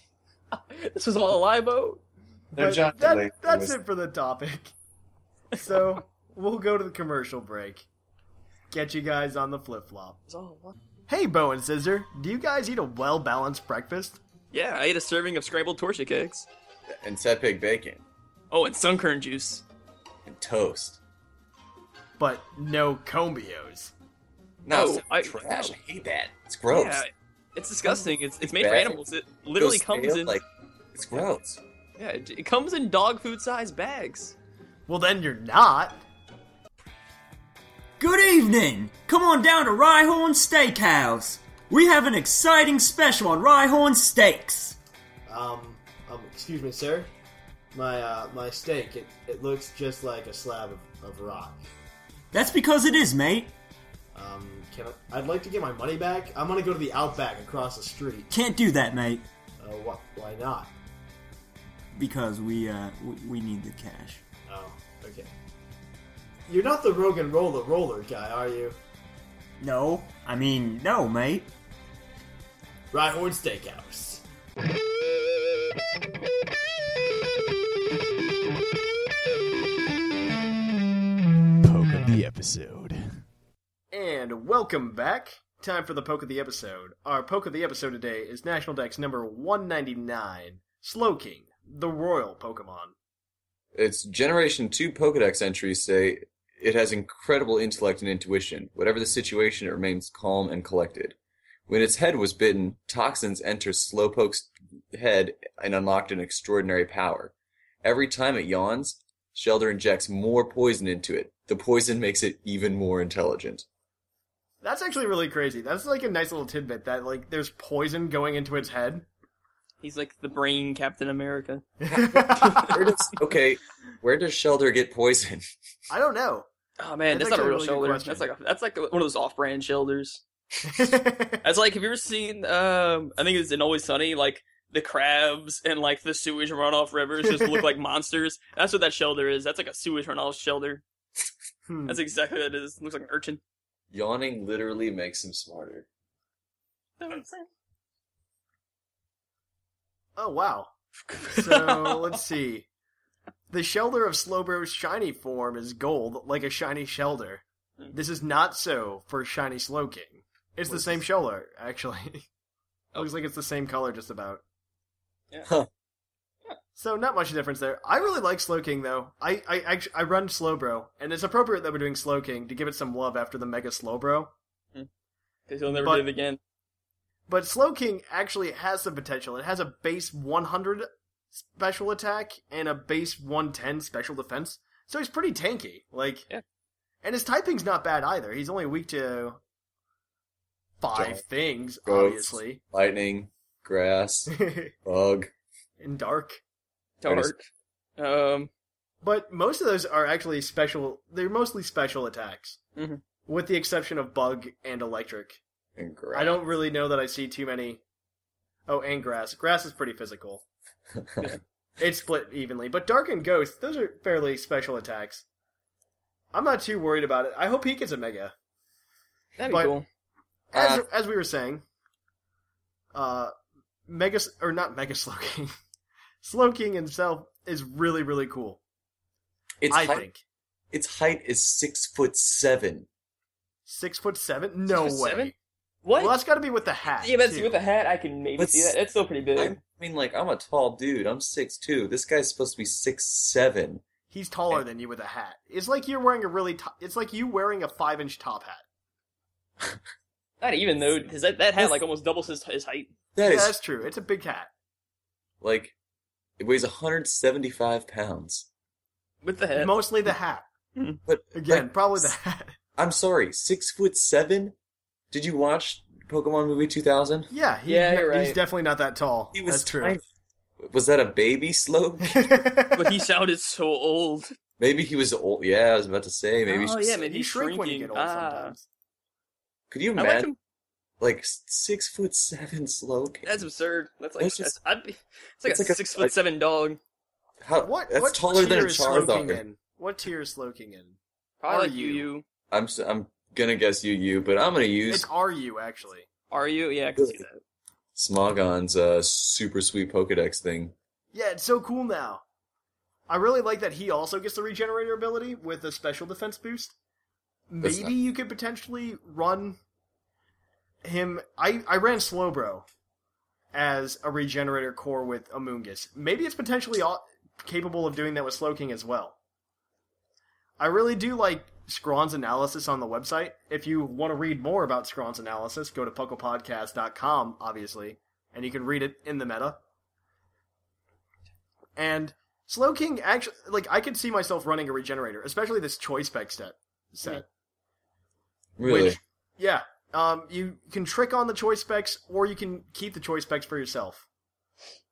Speaker 5: This was all a lie, Bo.
Speaker 3: Their
Speaker 1: But
Speaker 3: John
Speaker 1: that-
Speaker 3: Delaney
Speaker 1: that's
Speaker 3: was-
Speaker 1: it for the topic. So we'll go to the commercial break. Get you guys on the flip flop. Hey, Bo and Scissor, do you guys eat a well balanced breakfast?
Speaker 5: Yeah, I ate a serving of scrambled tortilla cakes.
Speaker 8: and Tepig bacon
Speaker 5: Oh, and sunkern juice.
Speaker 8: and toast.
Speaker 1: But no combios.
Speaker 8: No,
Speaker 5: Oh,
Speaker 8: it's
Speaker 5: I-
Speaker 8: trash. I hate that. Oh, It's gross.
Speaker 5: Yeah, it's disgusting. It's it's made for
Speaker 8: bad.
Speaker 5: animals. It literally
Speaker 8: Goes
Speaker 5: comes
Speaker 8: stale,
Speaker 5: in
Speaker 8: like it's gross.
Speaker 5: yeah, it, it comes in dog food sized bags.
Speaker 1: Well, then you're not.
Speaker 2: Good evening! Come on down to Rhyhorn Steakhouse! We have an exciting special on Rhyhorn Steaks!
Speaker 9: Um, um, excuse me, sir. My uh, my steak. It, it looks just like a slab of, of rock.
Speaker 2: That's because it is, mate.
Speaker 9: Um, can I, I'd like to get my money back. I'm gonna go to the Outback across the street.
Speaker 2: Can't do that, mate,
Speaker 9: Uh, wh- why not?
Speaker 2: because we uh we, we need the cash.
Speaker 9: Um, Oh, okay. You're not the Rogan Roller Roller guy, are you?
Speaker 2: No, I mean, no, mate.
Speaker 10: Rhyhorn Steakhouse.
Speaker 11: Poke of the episode.
Speaker 1: And welcome back. Time for the poke of the episode. Our poke of the episode today is National Dex number 199, Slowking, the royal Pokemon.
Speaker 3: Its Generation 2 Pokedex entries say it has incredible intellect and intuition. Whatever the situation, it remains calm and collected. When its head was bitten, toxins entered Slowpoke's head and unlocked an extraordinary power. Every time it yawns, Shelter injects more poison into it. The poison makes it even more intelligent.
Speaker 1: That's actually really crazy. That's like a nice little tidbit that like there's poison going into its head.
Speaker 5: He's like the brain Captain America.
Speaker 3: Where does, okay, where does Shelter get poison?
Speaker 1: I don't know.
Speaker 5: Oh man, that's,
Speaker 1: That's
Speaker 5: not a
Speaker 1: actually
Speaker 5: real
Speaker 1: a really good
Speaker 5: shoulder.
Speaker 1: question.
Speaker 5: That's like a, that's like one of those off-brand shoulders. that's like have you ever seen? Um, I think it's in Always Sunny. Like the crabs and like the sewage runoff rivers just look like monsters. That's what that shelter is. That's like a sewage runoff shelter.
Speaker 1: Hmm.
Speaker 5: That's exactly what it is. looks like an urchin.
Speaker 3: Yawning literally makes him smarter.
Speaker 1: Oh wow. So let's see. The shelter of Slowbro's shiny form is gold, like a shiny shelter. This is not so for shiny Slowking. It's the same shelter, actually. Looks like it's the same color, just about.
Speaker 5: Yeah.
Speaker 1: So not much difference there. I really like Slow King though. I I actu- I run Slowbro, and it's appropriate that we're doing Slow King to give it some love after the Mega Slowbro.
Speaker 5: Because he'll never
Speaker 1: But-
Speaker 5: do it again.
Speaker 1: But Slow King actually has some potential. It has a base 100 special attack and a base 110 special defense, so he's pretty tanky. Like, and his typing's not bad either. He's only weak to five
Speaker 3: Giant.
Speaker 1: things,
Speaker 3: Ghosts,
Speaker 1: obviously,
Speaker 3: Lightning, grass, bug.
Speaker 1: and dark.
Speaker 5: Dark. Um,
Speaker 1: but most of those are actually special. They're mostly special attacks,
Speaker 5: Mhm.
Speaker 1: with the exception of bug and electric.
Speaker 3: And
Speaker 1: I don't really know that I see too many. Oh, and grass. Grass is pretty physical. it's split evenly, but dark and ghost. Those are fairly special attacks. I'm not too worried about it. I hope he gets a mega.
Speaker 5: That'd
Speaker 1: be
Speaker 5: cool.
Speaker 1: As,
Speaker 5: Uh,
Speaker 1: as we were saying, uh, mega or not mega Slowking. Slowking himself is really really cool.
Speaker 3: Its
Speaker 1: I
Speaker 3: height,
Speaker 1: think.
Speaker 3: Its height is six foot seven.
Speaker 1: Six foot seven? No
Speaker 3: foot
Speaker 1: way.
Speaker 3: seven?
Speaker 5: What?
Speaker 1: Well, that's got to be with the hat.
Speaker 5: Yeah, but see,
Speaker 1: too.
Speaker 5: with the hat, I can maybe
Speaker 3: Let's-
Speaker 5: see that. That's still pretty big.
Speaker 3: I mean, like I'm a tall dude. I'm six two. This guy's supposed to be six seven.
Speaker 1: He's taller than you with a hat. It's like you're wearing a really. To- it's like you wearing a five inch top hat.
Speaker 5: Not even though, because that, that hat like almost doubles his his height.
Speaker 3: That
Speaker 1: yeah,
Speaker 3: is-
Speaker 1: that's true. It's a big hat
Speaker 3: Like it weighs 175 pounds.
Speaker 5: with the hat.
Speaker 1: Mostly the hat.
Speaker 3: But
Speaker 1: again, probably the hat.
Speaker 3: I'm sorry, six foot seven. Did you watch Pokemon movie 2000?
Speaker 1: Yeah, he,
Speaker 3: Yeah, you're
Speaker 1: he's
Speaker 3: right.
Speaker 1: definitely not that tall.
Speaker 3: He was
Speaker 1: that's true.
Speaker 3: tiny. Was that a baby slope?
Speaker 5: but he sounded so old.
Speaker 3: Maybe he was old. Yeah, I was about to say. Maybe.
Speaker 5: oh
Speaker 3: he's-
Speaker 5: yeah, man,
Speaker 1: you
Speaker 5: he's
Speaker 1: shrink
Speaker 5: shrinking.
Speaker 1: when you get old
Speaker 5: ah.
Speaker 1: sometimes.
Speaker 3: Could you
Speaker 5: I like
Speaker 3: imagine?
Speaker 5: him.
Speaker 3: Like, s six foot seven slope.
Speaker 5: That's absurd. That's like
Speaker 3: That's just-
Speaker 5: that's- I'd be, it's like
Speaker 3: it's
Speaker 5: a
Speaker 3: like a-
Speaker 5: six
Speaker 3: like-
Speaker 5: foot seven dog.
Speaker 3: How,
Speaker 1: What?
Speaker 3: That's
Speaker 1: what
Speaker 3: taller
Speaker 1: tier
Speaker 3: than a
Speaker 1: is Slowking
Speaker 3: Charizard.
Speaker 1: in? What tier is Slowking in?
Speaker 5: Probably
Speaker 1: Are
Speaker 5: like you. you.
Speaker 3: I'm s- I'm gonna guess you you, but I'm gonna use
Speaker 1: It's are you actually?
Speaker 5: Are you? Yeah, I can see that.
Speaker 3: Smogon's uh, super sweet Pokedex thing.
Speaker 1: Yeah, it's so cool now. I really like that he also gets the regenerator ability with a special defense boost.
Speaker 3: That's
Speaker 1: Maybe
Speaker 3: not-
Speaker 1: you could potentially run him. I, I ran Slowbro as a regenerator core with Amoongus. Maybe it's potentially au- capable of doing that with Slowking as well. I really do like Scrawn's analysis on the website. If you want to read more about Scrawn's analysis, go to pucklepodcast.com, obviously, and you can read it in the meta. And Slow King actually, like, I could see myself running a regenerator, especially this choice spec set. set.
Speaker 3: Really?
Speaker 1: Yeah. Um, you can trick on the choice specs, or you can keep the choice specs for yourself,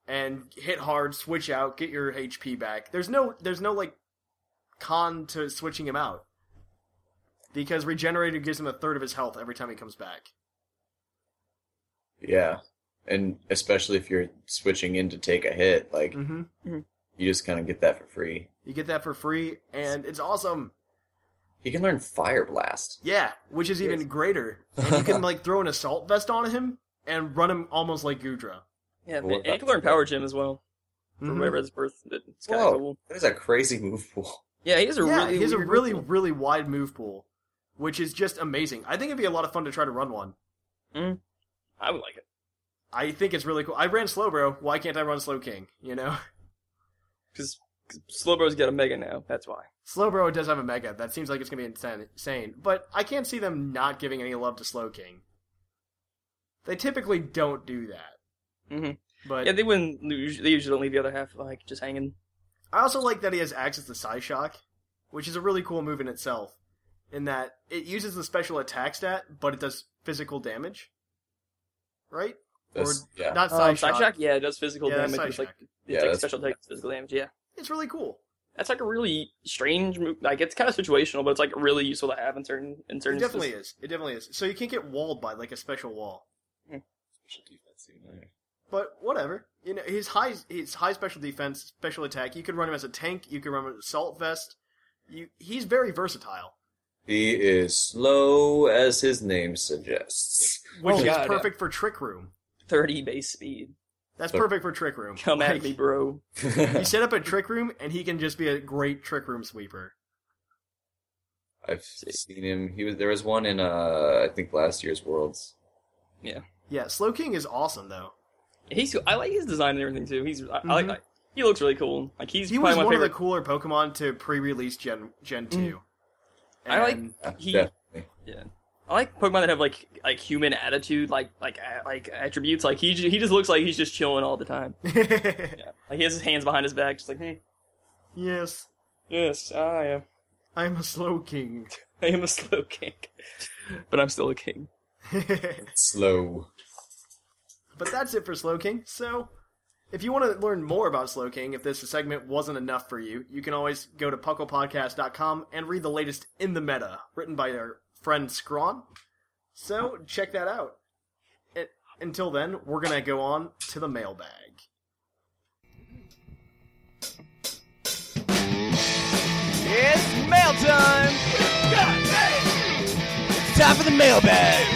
Speaker 1: and hit hard, switch out, get your HP back. There's no, there's no like con to switching him out because regenerator gives him a third of his health every time he comes back.
Speaker 3: Yeah, and especially if you're switching in to take a hit, like
Speaker 1: Mm-hmm.
Speaker 3: you just kind of get that for free.
Speaker 1: You get that for free, and it's awesome.
Speaker 3: He can learn Fire Blast.
Speaker 1: Yeah, which is even greater. And you can like throw an assault vest on him and run him almost like Gudra.
Speaker 5: Yeah, and you can learn Power Gym as well. From
Speaker 1: Mhm.
Speaker 5: wherever his birth, it's kind of
Speaker 3: Whoa,
Speaker 5: cool.
Speaker 3: that is a crazy move pool.
Speaker 5: Yeah, he has a
Speaker 1: Yeah,
Speaker 5: really
Speaker 1: he has a
Speaker 5: weird
Speaker 1: really really wide move pool, which is just amazing. I think it'd be a lot of fun to try to run one.
Speaker 5: Mm. I would like it.
Speaker 1: I think it's really cool. I ran slow, bro. Why can't I run slow king? You know,
Speaker 5: because Slowbro's got a mega now. That's why.
Speaker 1: slow bro does have a mega. That seems like it's gonna be insane, insane. But I can't see them not giving any love to slow king. They typically don't do that.
Speaker 5: hmm
Speaker 1: But
Speaker 5: yeah, they wouldn't. They usually don't leave the other half like just hanging.
Speaker 1: I also like that he has access to Psy Shock, which is a really cool move in itself. In that it uses the special attack stat, but it does physical damage. Right?
Speaker 5: That's-
Speaker 1: or
Speaker 5: yeah.
Speaker 1: not Uh,
Speaker 5: Um,
Speaker 1: Psy
Speaker 5: Psy
Speaker 1: Shock.
Speaker 5: Shock, yeah, it does physical
Speaker 1: Yeah, that's
Speaker 5: damage,
Speaker 1: Psy
Speaker 5: it's like-
Speaker 1: Shock.
Speaker 5: It's like special attack physical damage. Yeah,
Speaker 1: it's really cool.
Speaker 5: That's like a really strange move. Like it's kind of situational, but it's like really useful to have in certain in
Speaker 1: It
Speaker 5: certain.
Speaker 1: definitely
Speaker 5: instances.
Speaker 1: is. It definitely is. So you can't get walled by like a special wall. But whatever. You know, his high his high special defense, special attack, you could run him as a tank, you could run him as an assault vest. You he's very versatile.
Speaker 3: He is slow as his name suggests.
Speaker 1: Which
Speaker 5: Oh,
Speaker 1: is perfect for trick room.
Speaker 5: Thirty base speed.
Speaker 1: That's
Speaker 3: So-
Speaker 1: perfect for trick room.
Speaker 5: Come at
Speaker 1: Like,
Speaker 5: me, bro.
Speaker 1: you set up a trick room and he can just be a great trick room sweeper.
Speaker 3: I've seen him. He was there was one in uh I think last year's Worlds.
Speaker 5: Yeah.
Speaker 1: Yeah, Slow King is awesome though.
Speaker 5: He's I like his design and everything too. He's I, I like
Speaker 1: Mhm.
Speaker 5: that. He looks really cool. Like he's
Speaker 1: He
Speaker 5: probably
Speaker 1: was
Speaker 5: my
Speaker 1: one
Speaker 5: favorite. Mm.
Speaker 1: of the cooler Pokemon to pre-release Gen Gen two.
Speaker 5: I
Speaker 1: And-
Speaker 5: like he. Yeah. I like Pokemon that have like like human attitude, like like a- like attributes. Like he ju- he just looks like he's just chilling all the time.
Speaker 1: yeah.
Speaker 5: Like he has his hands behind his back, just like hmm.
Speaker 1: Yes.
Speaker 5: Yes, I am.
Speaker 1: I'm a slow king.
Speaker 5: I am a slow king. but I'm still a king.
Speaker 3: Slow.
Speaker 1: But that's it for Slow King. So, if you want to learn more about Slow King, if this segment wasn't enough for you, you can always go to pucklepodcast.com and read the latest in the meta, written by our friend Scrawn. So, check that out. It, until then, we're going to go on to the mailbag.
Speaker 4: It's mail time. It's time for the mailbag.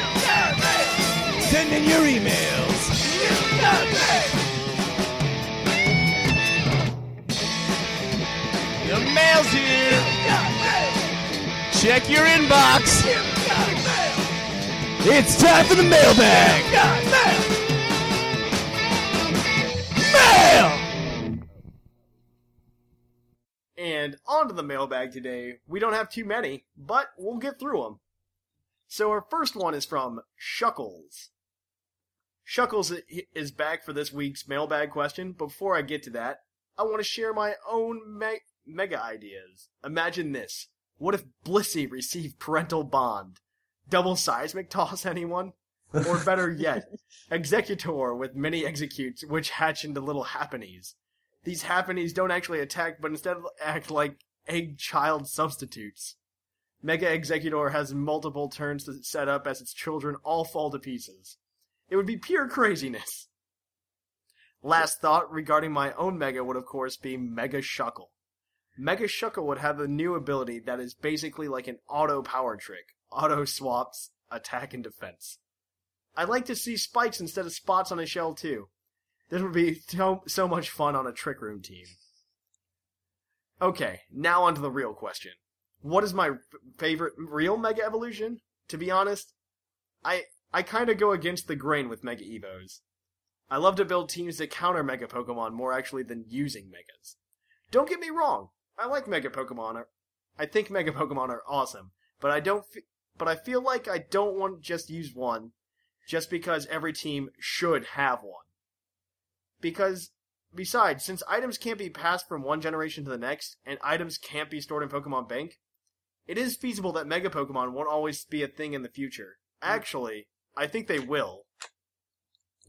Speaker 4: Send in your emails. Your mail's here. Check your inbox. It's time for the mailbag. Mail.
Speaker 1: And on to the mailbag today. We don't have too many, but we'll get through them. So our first one is from Shuckles. Shuckles i- is back for this week's mailbag question. Before I get to that, I want to share my own me- mega ideas. Imagine this. What if Blissey received parental bond? Double seismic toss anyone? Or better yet, Executor with many executes which hatch into little happenies these happenies don't actually attack, but instead act like egg child substitutes. Mega Executor has multiple turns to set up as its children all fall to pieces. It would be pure craziness. Last thought regarding my own Mega would, of course, be Mega Shuckle. Mega Shuckle would have a new ability that is basically like an auto power trick auto swaps, attack, and defense. I'd like to see spikes instead of spots on his shell, too. This would be so, so much fun on a trick room team. Okay, now on to the real question. What is my f- favorite real Mega Evolution? To be honest, I I kind of go against the grain with Mega Evos. I love to build teams that counter Mega Pokemon more actually than using Megas. Don't get me wrong, I like Mega Pokemon. I think Mega Pokemon are awesome, but I don't. F- but I feel like I don't want to just use one, just because every team should have one because besides, since items can't be passed from one generation to the next, and items can't be stored in Pokemon Bank, it is feasible that Mega Pokemon won't always be a thing in the future. Actually, I think they will.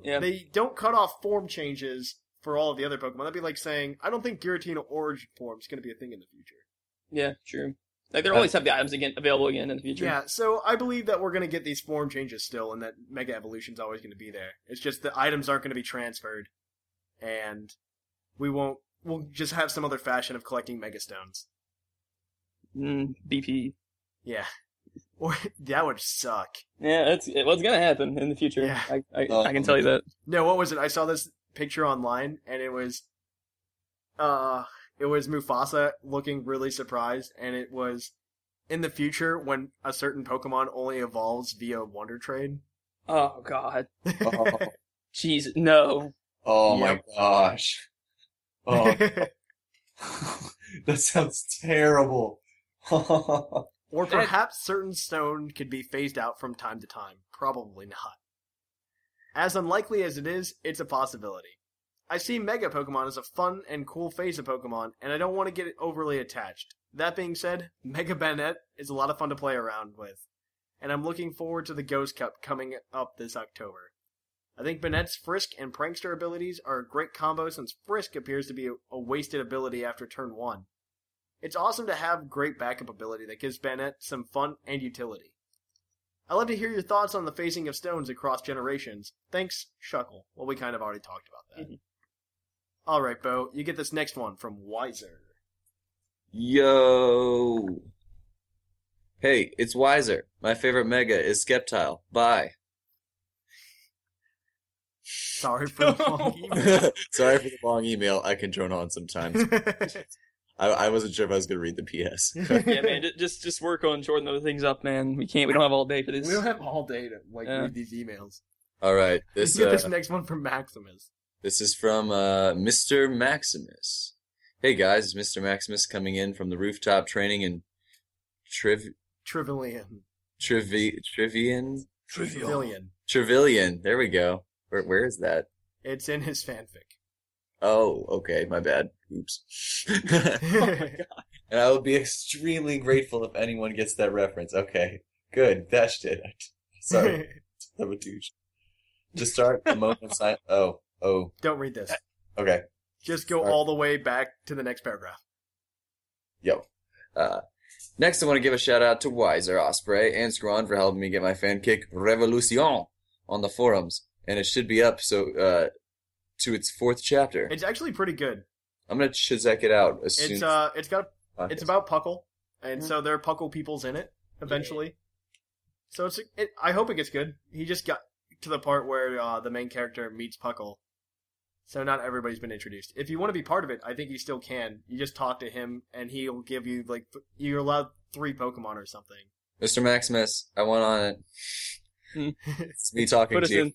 Speaker 5: Yeah.
Speaker 1: They don't cut off form changes for all of the other Pokemon. That'd be like saying, I don't think Giratina Origin form is going to be a thing in the future.
Speaker 5: Yeah, true. Like they'll always have the items again available again in the future.
Speaker 1: Yeah, so I believe that we're going to get these form changes still, and that Mega Evolution's always going to be there. It's just the items aren't going to be transferred, and we won't. We'll just have some other fashion of collecting Mega Stones.
Speaker 5: Mm, BP.
Speaker 1: Yeah. Or that would suck.
Speaker 5: Yeah, that's what's gonna happen in the future. I, I, I can tell you that.
Speaker 1: No, what was it? I saw this picture online and it was uh it was Mufasa looking really surprised and it was in the future when a certain Pokemon only evolves via Wonder Trade.
Speaker 5: Oh God. Jeez, no.
Speaker 12: Oh my gosh. Oh, that sounds terrible.
Speaker 1: or perhaps certain stone could be phased out from time to time. Probably not. As unlikely as it is, it's a possibility. I see Mega Pokemon as a fun and cool phase of Pokemon, and I don't want to get overly attached. That being said, Mega Banette is a lot of fun to play around with, and I'm looking forward to the Ghost Cup coming up this October. I think Banette's Frisk and Prankster abilities are a great combo since Frisk appears to be a- a wasted ability after turn 1. It's awesome to have great backup ability that gives Banette some fun and utility. I'd love to hear your thoughts on the phasing of stones across generations. Thanks, Shuckle. Well, we kind of already talked about that. All right, Bo, you get this next one from Wiser.
Speaker 3: Yo. Hey, it's Wiser. My favorite mega is Skeptile. Bye.
Speaker 1: Sorry for the long email.
Speaker 3: Sorry for the long email. I can drone on sometimes. I, I wasn't sure if I was going to read the PS.
Speaker 5: yeah, man, ju- just just work on shorting those things up, man. We can't. We don't have all day for this.
Speaker 1: We don't have all day to like
Speaker 5: Yeah.
Speaker 1: read these emails.
Speaker 3: All right. This,
Speaker 1: Let's get this
Speaker 3: uh,
Speaker 1: next one from Maximus.
Speaker 3: This is from uh, Mr. Maximus. Hey guys, it's Mr. Maximus coming in from the rooftop training in Triv
Speaker 1: Trivillian.
Speaker 3: Trivi Trivian
Speaker 1: Trivillian.
Speaker 3: Trivillian. There we go. Where where is that?
Speaker 1: It's in his fanfic.
Speaker 3: Oh, okay, my bad. Oops. Oh And I would be extremely grateful if anyone gets that reference. Okay, good. Dashed it. Sorry, I'm a douche. To start, a moment of silence. Oh, oh.
Speaker 1: Don't read this.
Speaker 3: Okay.
Speaker 1: Just go all the way back to the next paragraph.
Speaker 3: Yo. Uh, next, I want to give a shout out to Wiser, Osprey, and Scron for helping me get my fan kick Revolution on the forums, and it should be up so uh, to its fourth chapter.
Speaker 1: It's actually pretty good.
Speaker 3: I'm gonna shazek it out as soon.
Speaker 1: It's
Speaker 3: as-
Speaker 1: uh, it's got
Speaker 3: Podcast.
Speaker 1: it's about Puckle, and so there are Puckle peoples in it eventually. So it's it, I hope it gets good. He just got to the part where uh, the main character meets Puckle, so not everybody's been introduced. If you want to be part of it, I think you still can. You just talk to him, and he'll give you like th- you're allowed three Pokemon or something.
Speaker 3: Mr. Maximus, I want on
Speaker 1: Hmm.
Speaker 3: it. it's me talking
Speaker 5: Put us
Speaker 3: to you.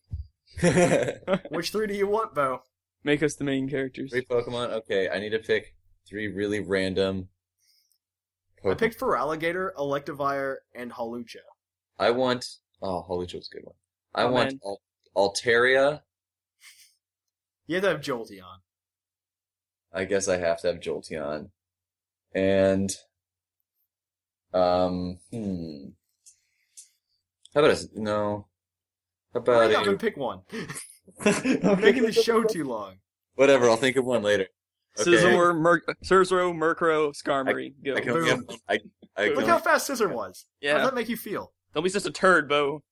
Speaker 5: in.
Speaker 1: Which three do you want, Bo?
Speaker 5: Make us the main characters.
Speaker 3: Three Pokemon. Okay, I need to pick three really random.
Speaker 1: I picked Feraligatr, Electivire, and Hawlucha.
Speaker 3: I want. Oh, Holy was a good one. I
Speaker 1: Oh,
Speaker 3: want
Speaker 1: man.
Speaker 3: Al- Altaria.
Speaker 1: You have to have Jolteon.
Speaker 3: I guess I have to have Jolteon. And um hmm. How about us no. How about
Speaker 1: Hurry up
Speaker 5: uh,
Speaker 3: a-
Speaker 1: and pick one. I'm making the show too long.
Speaker 3: whatever, I'll think of one later. Okay.
Speaker 5: Scizor, Mur- Cerzro, Murkrow, Skarmory. Go.
Speaker 3: I can only have one. I, I can
Speaker 1: Look
Speaker 3: only-
Speaker 1: how fast Scissor was.
Speaker 5: Yeah.
Speaker 1: How does that make you feel?
Speaker 5: Don't be such a turd, Bo.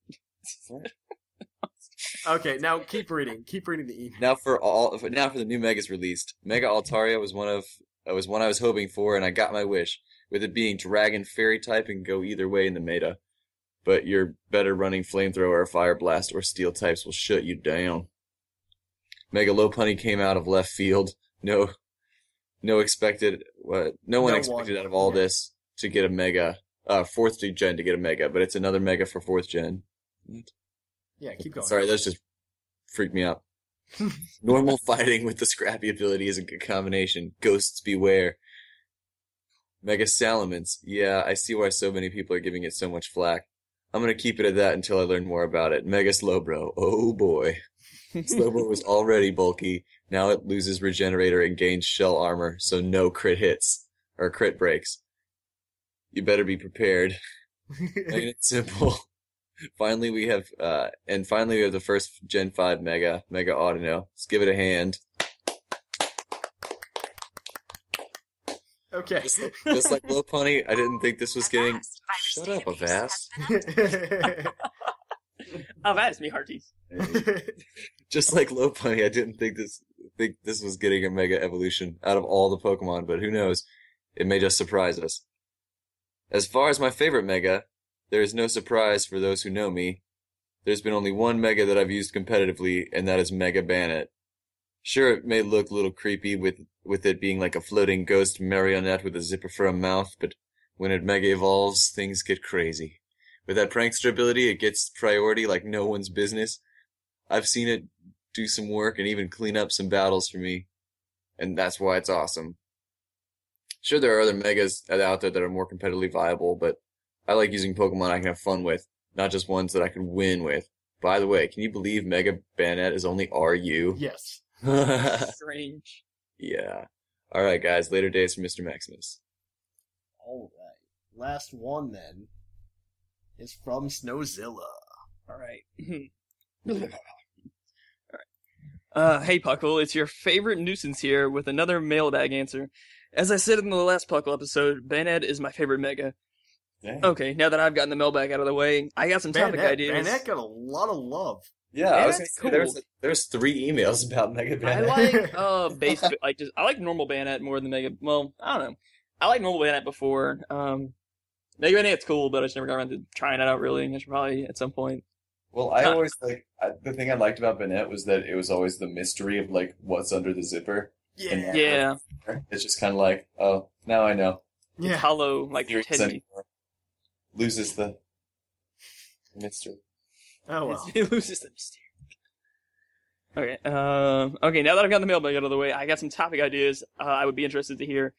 Speaker 1: Okay, now keep reading. Keep reading the email.
Speaker 3: now for all for- now for the new megas released. Mega Altaria was one of uh, was one I was hoping for, and I got my wish with it being dragon fairy type and go either way in the meta. But your better running flamethrower, fire blast, or steel types will shut you down. Mega Lopunny came out of left field. No, no expected. What? No one
Speaker 12: No
Speaker 3: expected
Speaker 12: one.
Speaker 3: out of all this to get a mega. Uh, fourth gen to get a mega, but it's another mega for fourth gen.
Speaker 1: Yeah, keep going.
Speaker 3: Sorry, that's just freaked me out. Normal fighting with the scrappy ability is a good combination. Ghosts beware. Mega Salamence. Yeah, I see why so many people are giving it so much flack. I'm gonna keep it at that until I learn more about it. Mega Slowbro. Oh boy. Slowbro was already bulky. Now it loses regenerator and gains shell armor, so no crit hits or crit breaks. You better be prepared. Making it simple. finally, we have, uh, and finally we have the first Gen 5 Mega, Mega Audino. Let's give it a hand.
Speaker 1: Okay.
Speaker 3: Just like Low Pony, I didn't think this was getting. Shut up, Avast.
Speaker 5: Oh, that is me, hearties.
Speaker 3: Just like Low Pony, I didn't think this think this was getting a Mega Evolution out of all the Pokemon, but who knows? It may just surprise us. As far as my favorite mega, there is no surprise for those who know me. There's been only one mega that I've used competitively, and that is Mega Bannet. Sure, it may look a little creepy with with it being like a floating ghost marionette with a zipper for a mouth, but when it mega evolves, things get crazy. With that prankster ability, it gets priority like no one's business. I've seen it do some work and even clean up some battles for me, and that's why it's awesome. Sure, there are other megas out there that are more competitively viable, but I like using Pokemon I can have fun with, not just ones that I can win with. By the way, can you believe Mega Bayonet is only RU?
Speaker 1: Yes.
Speaker 5: Strange.
Speaker 3: Yeah. All right, guys. Later days for Mr. Maximus.
Speaker 10: All right. Last one then is from Snowzilla.
Speaker 5: All right. All right. Uh, hey, Puckle, it's your favorite nuisance here with another mailbag answer. As I said in the last Puckle episode, Baned is my favorite mega.
Speaker 12: Dang.
Speaker 5: Okay, now that I've gotten the mailbag out of the way, I got some topic
Speaker 1: Banette-
Speaker 5: ideas.
Speaker 1: Banette got a lot of love.
Speaker 12: Yeah, I was
Speaker 5: Banette's
Speaker 12: gonna say, there
Speaker 5: cool.
Speaker 12: was- there's three emails about Mega
Speaker 5: I
Speaker 12: Banette.
Speaker 5: like uh base like just I like normal bayonet more than mega. Well, I don't know. I like normal bayonet before. Um, mega bayonet's cool, but I just never got around to trying it out. Really, I should probably at some point.
Speaker 12: Well, I always like I, the thing I liked about Banette was that it was always the mystery of like what's under the zipper.
Speaker 5: Yeah.
Speaker 12: It's just kind of like, oh, now I know.
Speaker 5: It's hollow, like
Speaker 12: Theories
Speaker 5: Teddy.
Speaker 12: anymore. Loses the mystery.
Speaker 1: Oh
Speaker 5: well. it loses the mystery. Okay. Um. okay. Now that I've got the mailbag out of the way, I got some topic ideas. Uh, I would be interested to hear.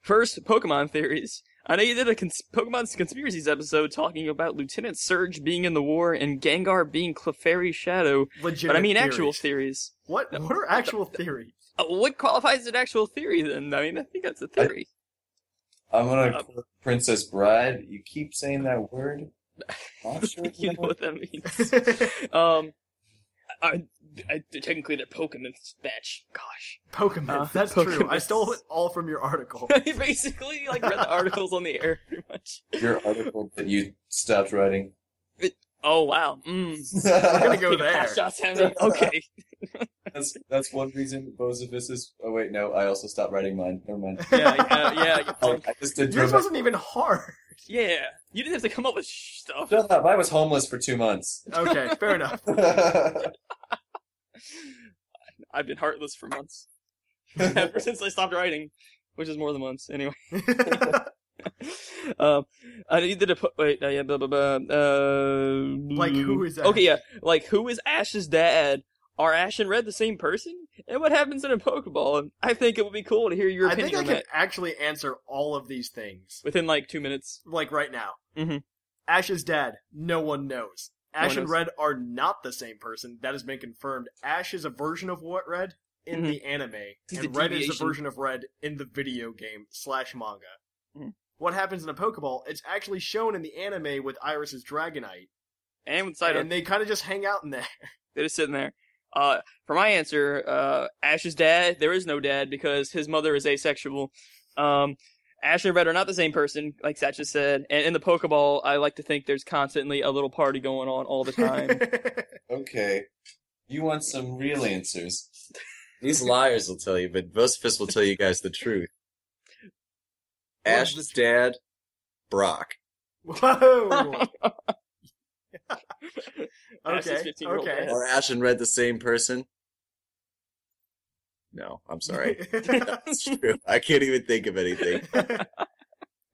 Speaker 5: First, Pokemon theories. I know you did a cons- Pokemon conspiracies episode talking about Lieutenant Surge being in the war and Gengar being Clefairy's shadow. but I
Speaker 1: Legitimate
Speaker 5: mean actual theories.
Speaker 1: What what are actual theories?
Speaker 5: Uh, what qualifies as an actual theory then? I mean, I think that's a theory.
Speaker 12: I'm gonna
Speaker 5: Uh,
Speaker 12: quote Princess Bride. You keep saying that word. Not sure
Speaker 5: you know what that means. um, I, I, technically they're Pokemon batch. Gosh.
Speaker 1: Pokemon.
Speaker 2: Uh,
Speaker 1: That's true. I stole it all from your article.
Speaker 5: I basically like read the articles on the air pretty much.
Speaker 12: Your article that you stopped writing.
Speaker 5: Oh wow. Mm.
Speaker 12: We're
Speaker 1: gonna go there.
Speaker 5: Pot shots at me. Okay.
Speaker 12: That's that's one reason Bozivis is. Oh wait, no, I also stopped writing mine. Never mind.
Speaker 5: Yeah, yeah, yeah.
Speaker 12: I, I just did.
Speaker 1: Yours wasn't even hard.
Speaker 5: Yeah. You didn't have to come up with sh- stuff.
Speaker 12: Shut up! I was homeless for two months.
Speaker 1: Okay, fair enough.
Speaker 5: I've been heartless for months. Ever since I stopped writing, which is more than months, anyway. um, I need to put. Wait, uh, yeah, blah, blah, blah. Uh,
Speaker 1: Like, who is Ash?
Speaker 5: Okay, yeah. Like, who is Ash's dad? Are Ash and Red the same person? And what happens in a Pokeball? And I think it would be cool to hear your
Speaker 1: I
Speaker 5: opinion
Speaker 1: think I
Speaker 5: on
Speaker 1: can
Speaker 5: that
Speaker 1: actually answer all of these things
Speaker 5: within like two minutes.
Speaker 1: like right now.
Speaker 5: Mm-hmm.
Speaker 1: Ash's dad, no one knows.
Speaker 5: No one
Speaker 1: Ash and
Speaker 5: knows.
Speaker 1: Red are not the same person. That has been confirmed. Ash is a version of what Red in
Speaker 5: Mhm.
Speaker 1: the anime,
Speaker 5: He's
Speaker 1: and
Speaker 5: the
Speaker 1: Red is a
Speaker 5: deviation.
Speaker 1: version of Red in the video game slash manga.
Speaker 5: Mhm.
Speaker 1: What happens in a Pokeball? It's actually shown in the anime with Iris's Dragonite,
Speaker 5: And with Psyduck.
Speaker 1: and they kind of just hang out in there.
Speaker 5: They're just sitting there. Uh, for my answer, uh, Ash's dad, there is no dad because his mother is asexual. Um, Ash and Red are not the same person, like Satch just said. And in the Pokeball, I like to think there's constantly a little party going on all the time.
Speaker 12: Okay, you want some real answers?
Speaker 3: These liars will tell you, but Vosifus will tell you guys the truth. Ash's dad, Brock.
Speaker 1: Whoa.
Speaker 5: Ash's
Speaker 1: okay.
Speaker 5: 15-year-old
Speaker 1: Okay.
Speaker 5: dad.
Speaker 3: Are Ash and Red the same person? No, I'm sorry. That's true. I can't even think of anything. And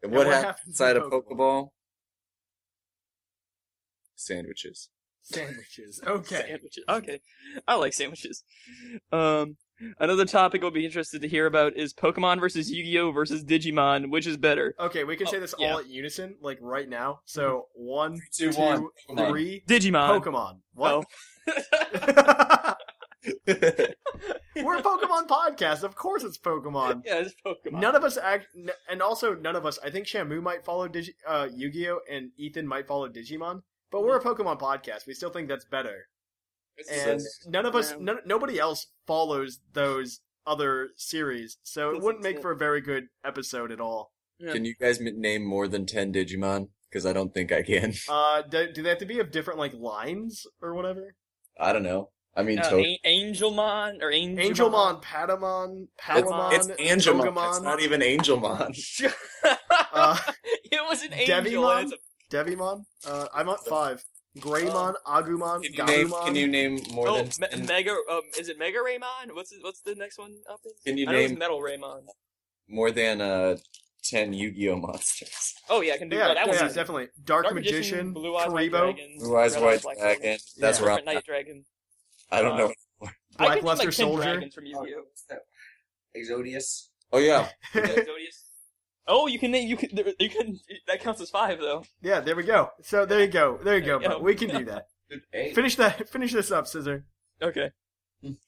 Speaker 3: what,
Speaker 1: what
Speaker 3: happens
Speaker 1: happens
Speaker 3: inside
Speaker 1: in
Speaker 3: a Pokeball? Sandwiches.
Speaker 1: Sandwiches. Okay.
Speaker 5: Sandwiches. Okay. I like sandwiches. Um, another topic I'll be interested to hear about is Pokemon versus Yu-Gi-Oh versus Digimon, which is better.
Speaker 1: Okay, we can say
Speaker 5: Oh,
Speaker 1: this
Speaker 5: yeah. Mm-hmm.
Speaker 1: all at unison, like right now. So one,
Speaker 12: Three, two,
Speaker 1: two,
Speaker 12: one. Pokemon.
Speaker 1: three.
Speaker 5: Digimon.
Speaker 1: Pokemon. What?
Speaker 5: Oh.
Speaker 1: We're a Pokemon podcast. Of course, it's Pokemon.
Speaker 5: Yeah, it's Pokemon.
Speaker 1: None of us act, n- and also none of us. I think Shamu might follow Digi- uh, Yu-Gi-Oh, and Ethan might follow Digimon. But we're a Pokemon podcast. We still think that's better. And none of us,
Speaker 5: Yeah.
Speaker 1: none, nobody else follows those other series, so it
Speaker 5: That's
Speaker 1: wouldn't make
Speaker 5: it.
Speaker 1: for a very good episode at all.
Speaker 5: Yeah.
Speaker 3: Can you guys m- name more than 10 Digimon? Because I don't think I can.
Speaker 1: Uh, do, do they have to be of different like lines or whatever?
Speaker 3: I don't know. I mean,
Speaker 5: Uh,
Speaker 3: to-
Speaker 5: An- Angelmon or Angelmon?
Speaker 1: Angelmon, Patamon,
Speaker 3: it's,
Speaker 1: Palamon,
Speaker 3: it's Angelmon.
Speaker 1: Togemon.
Speaker 3: It's not even Angelmon.
Speaker 5: it was an angel.
Speaker 1: Uh, Devimon?
Speaker 5: and it's
Speaker 1: Devimon? Uh, I'm at five. Greymon, Agumon,
Speaker 12: Can you name,
Speaker 1: Garumon.
Speaker 12: can you name more
Speaker 5: Oh,
Speaker 12: than
Speaker 5: Me- Mega. Um, is it Mega Raymon? What's his, what's the next one up? in-
Speaker 3: Can you
Speaker 5: I know it's
Speaker 3: name-
Speaker 5: Metal Raymon?
Speaker 3: More than uh, ten Yu-Gi-Oh monsters.
Speaker 5: Oh yeah, I can do
Speaker 1: Yeah,
Speaker 5: that. That
Speaker 1: yeah,
Speaker 5: was
Speaker 1: definitely. Dark Magician,
Speaker 5: Blue Eyes
Speaker 1: Karibo.
Speaker 5: White Dragon,
Speaker 3: Blue Eyes
Speaker 5: Red
Speaker 3: White
Speaker 5: Black
Speaker 3: Dragon. That's
Speaker 5: yeah.
Speaker 3: where I'm
Speaker 5: Different Night Uh, Dragon.
Speaker 3: I don't know.
Speaker 5: I
Speaker 1: Black
Speaker 5: could do,
Speaker 1: Luster
Speaker 5: like, 10
Speaker 1: Soldier.
Speaker 5: dragons from Yu-Gi-Oh.
Speaker 12: Exodius?
Speaker 3: Oh yeah,
Speaker 5: Exodius. Oh, you can name you can there- you can that counts as five though.
Speaker 1: Yeah, there we go. So there you go. There you go.
Speaker 5: There you
Speaker 1: But
Speaker 5: go.
Speaker 1: we can do that.
Speaker 12: Eight.
Speaker 1: Finish that. Finish this up, Scissor.
Speaker 5: Okay.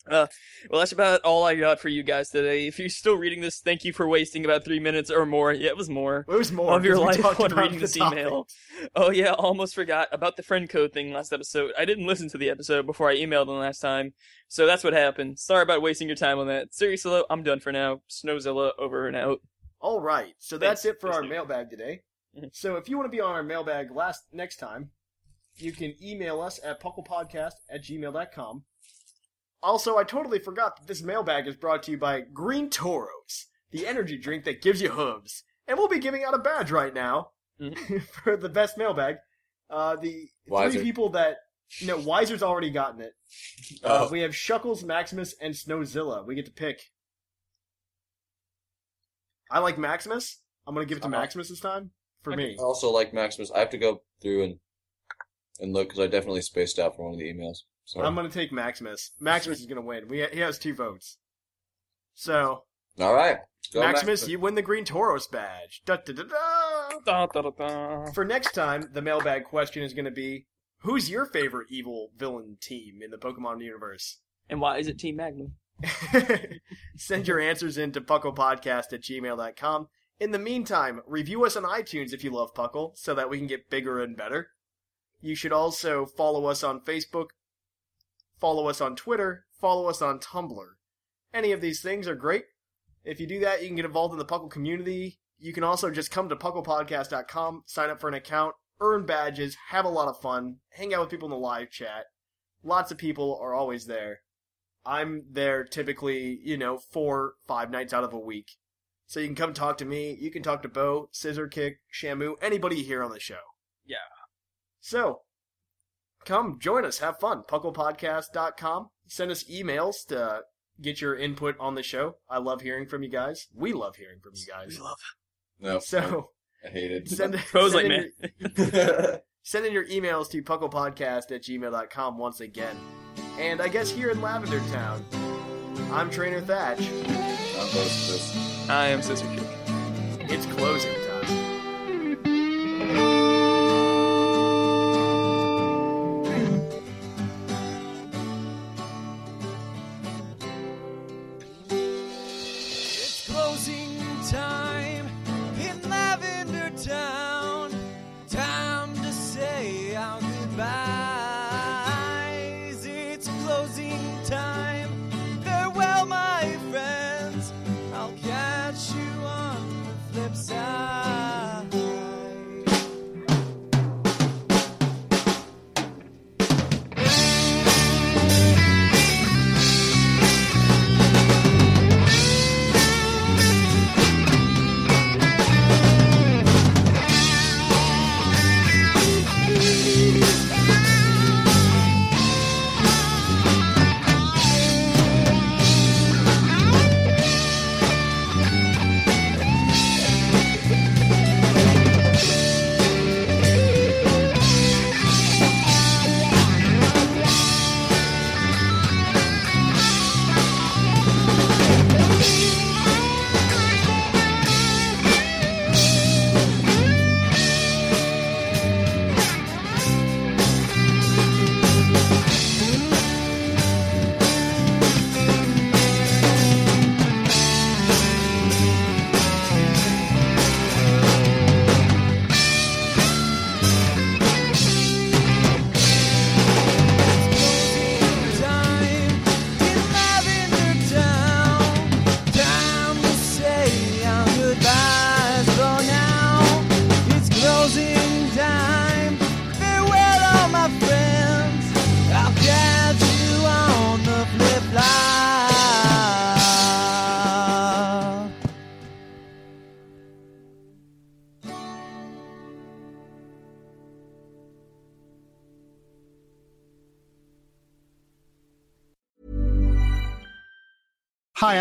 Speaker 5: Uh, well, that's about all I got for you guys today. If you're still reading this, thank you for wasting about three minutes or more. Yeah, it was more.
Speaker 1: It was more,
Speaker 5: of your
Speaker 1: 'cause we
Speaker 5: life
Speaker 1: talked
Speaker 5: on
Speaker 1: about
Speaker 5: reading
Speaker 1: the
Speaker 5: this email. Oh yeah, almost forgot about the friend code thing last episode. I didn't listen to the episode before I emailed them last time, so that's what happened. Sorry about wasting your time on that. Seriously, though, I'm done for now. Snowzilla over and out.
Speaker 1: All right. So
Speaker 5: Thanks.
Speaker 1: that's it for our mailbag today. So if you want to be on our mailbag last next time, you can email us at pucklepodcast at gmail.com. Also, I totally forgot that this mailbag is brought to you by Green Toros, the energy drink that gives you hooves. And we'll be giving out a badge right now for the best mailbag. Uh, the
Speaker 3: Mm-hmm. Wiser.
Speaker 1: three people that no Wiser's already gotten it.
Speaker 3: Oh.
Speaker 1: Uh, we have Shuckles, Maximus, and Snowzilla. We get to pick. I like Maximus. I'm gonna give it to Maximus this time for me.
Speaker 3: Uh-huh. I also like Maximus. I have to go through and and look because I definitely spaced out from one of the emails. Sorry.
Speaker 1: I'm gonna take Maximus. Maximus is gonna win. We he has two votes. So
Speaker 3: All right. Go
Speaker 1: Maximus, you win the Green Toros badge. Da, da, da, da.
Speaker 5: Da, da, da, da.
Speaker 1: For next time, the mailbag question is gonna be: Who's your favorite evil villain team in the Pokemon universe?
Speaker 5: And why is it Team Magnum?
Speaker 1: Send your answers in to pucklepodcast at gmail.com. In the meantime, review us on iTunes if you love Puckle so that we can get bigger and better. You should also follow us on Facebook, follow us on Twitter, follow us on Tumblr. Any of these things are great. If you do that, you can get involved in the Puckle community. You can also just come to pucklepodcast.com, sign up for an account, earn badges, have a lot of fun, hang out with people in the live chat. Lots of people are always there. I'm there typically, you know, four, five nights out of a week. So you can come talk to me. You can talk to Bo, Scissor Kick, Shamu, anybody here on the show.
Speaker 5: Yeah.
Speaker 1: So come join us. Have fun. PucklePodcast.com. Send us emails to get your input on the show. I love hearing from you guys. We love hearing from you guys. We love
Speaker 3: No.
Speaker 1: So
Speaker 3: I hate it.
Speaker 1: send,
Speaker 5: Bo's
Speaker 1: send
Speaker 5: like,
Speaker 1: in your- send in your emails to pucklepodcast at gmail.com once again. And I guess here in Lavender Town, I'm Trainer Thatch.
Speaker 5: I am Sister Kick.
Speaker 1: It's closing time.
Speaker 4: It's closing time in Lavender Town. Time to say our goodbyes. It's closing time. Farewell, my friends. I'll catch you on the flip side.
Speaker 13: Hi,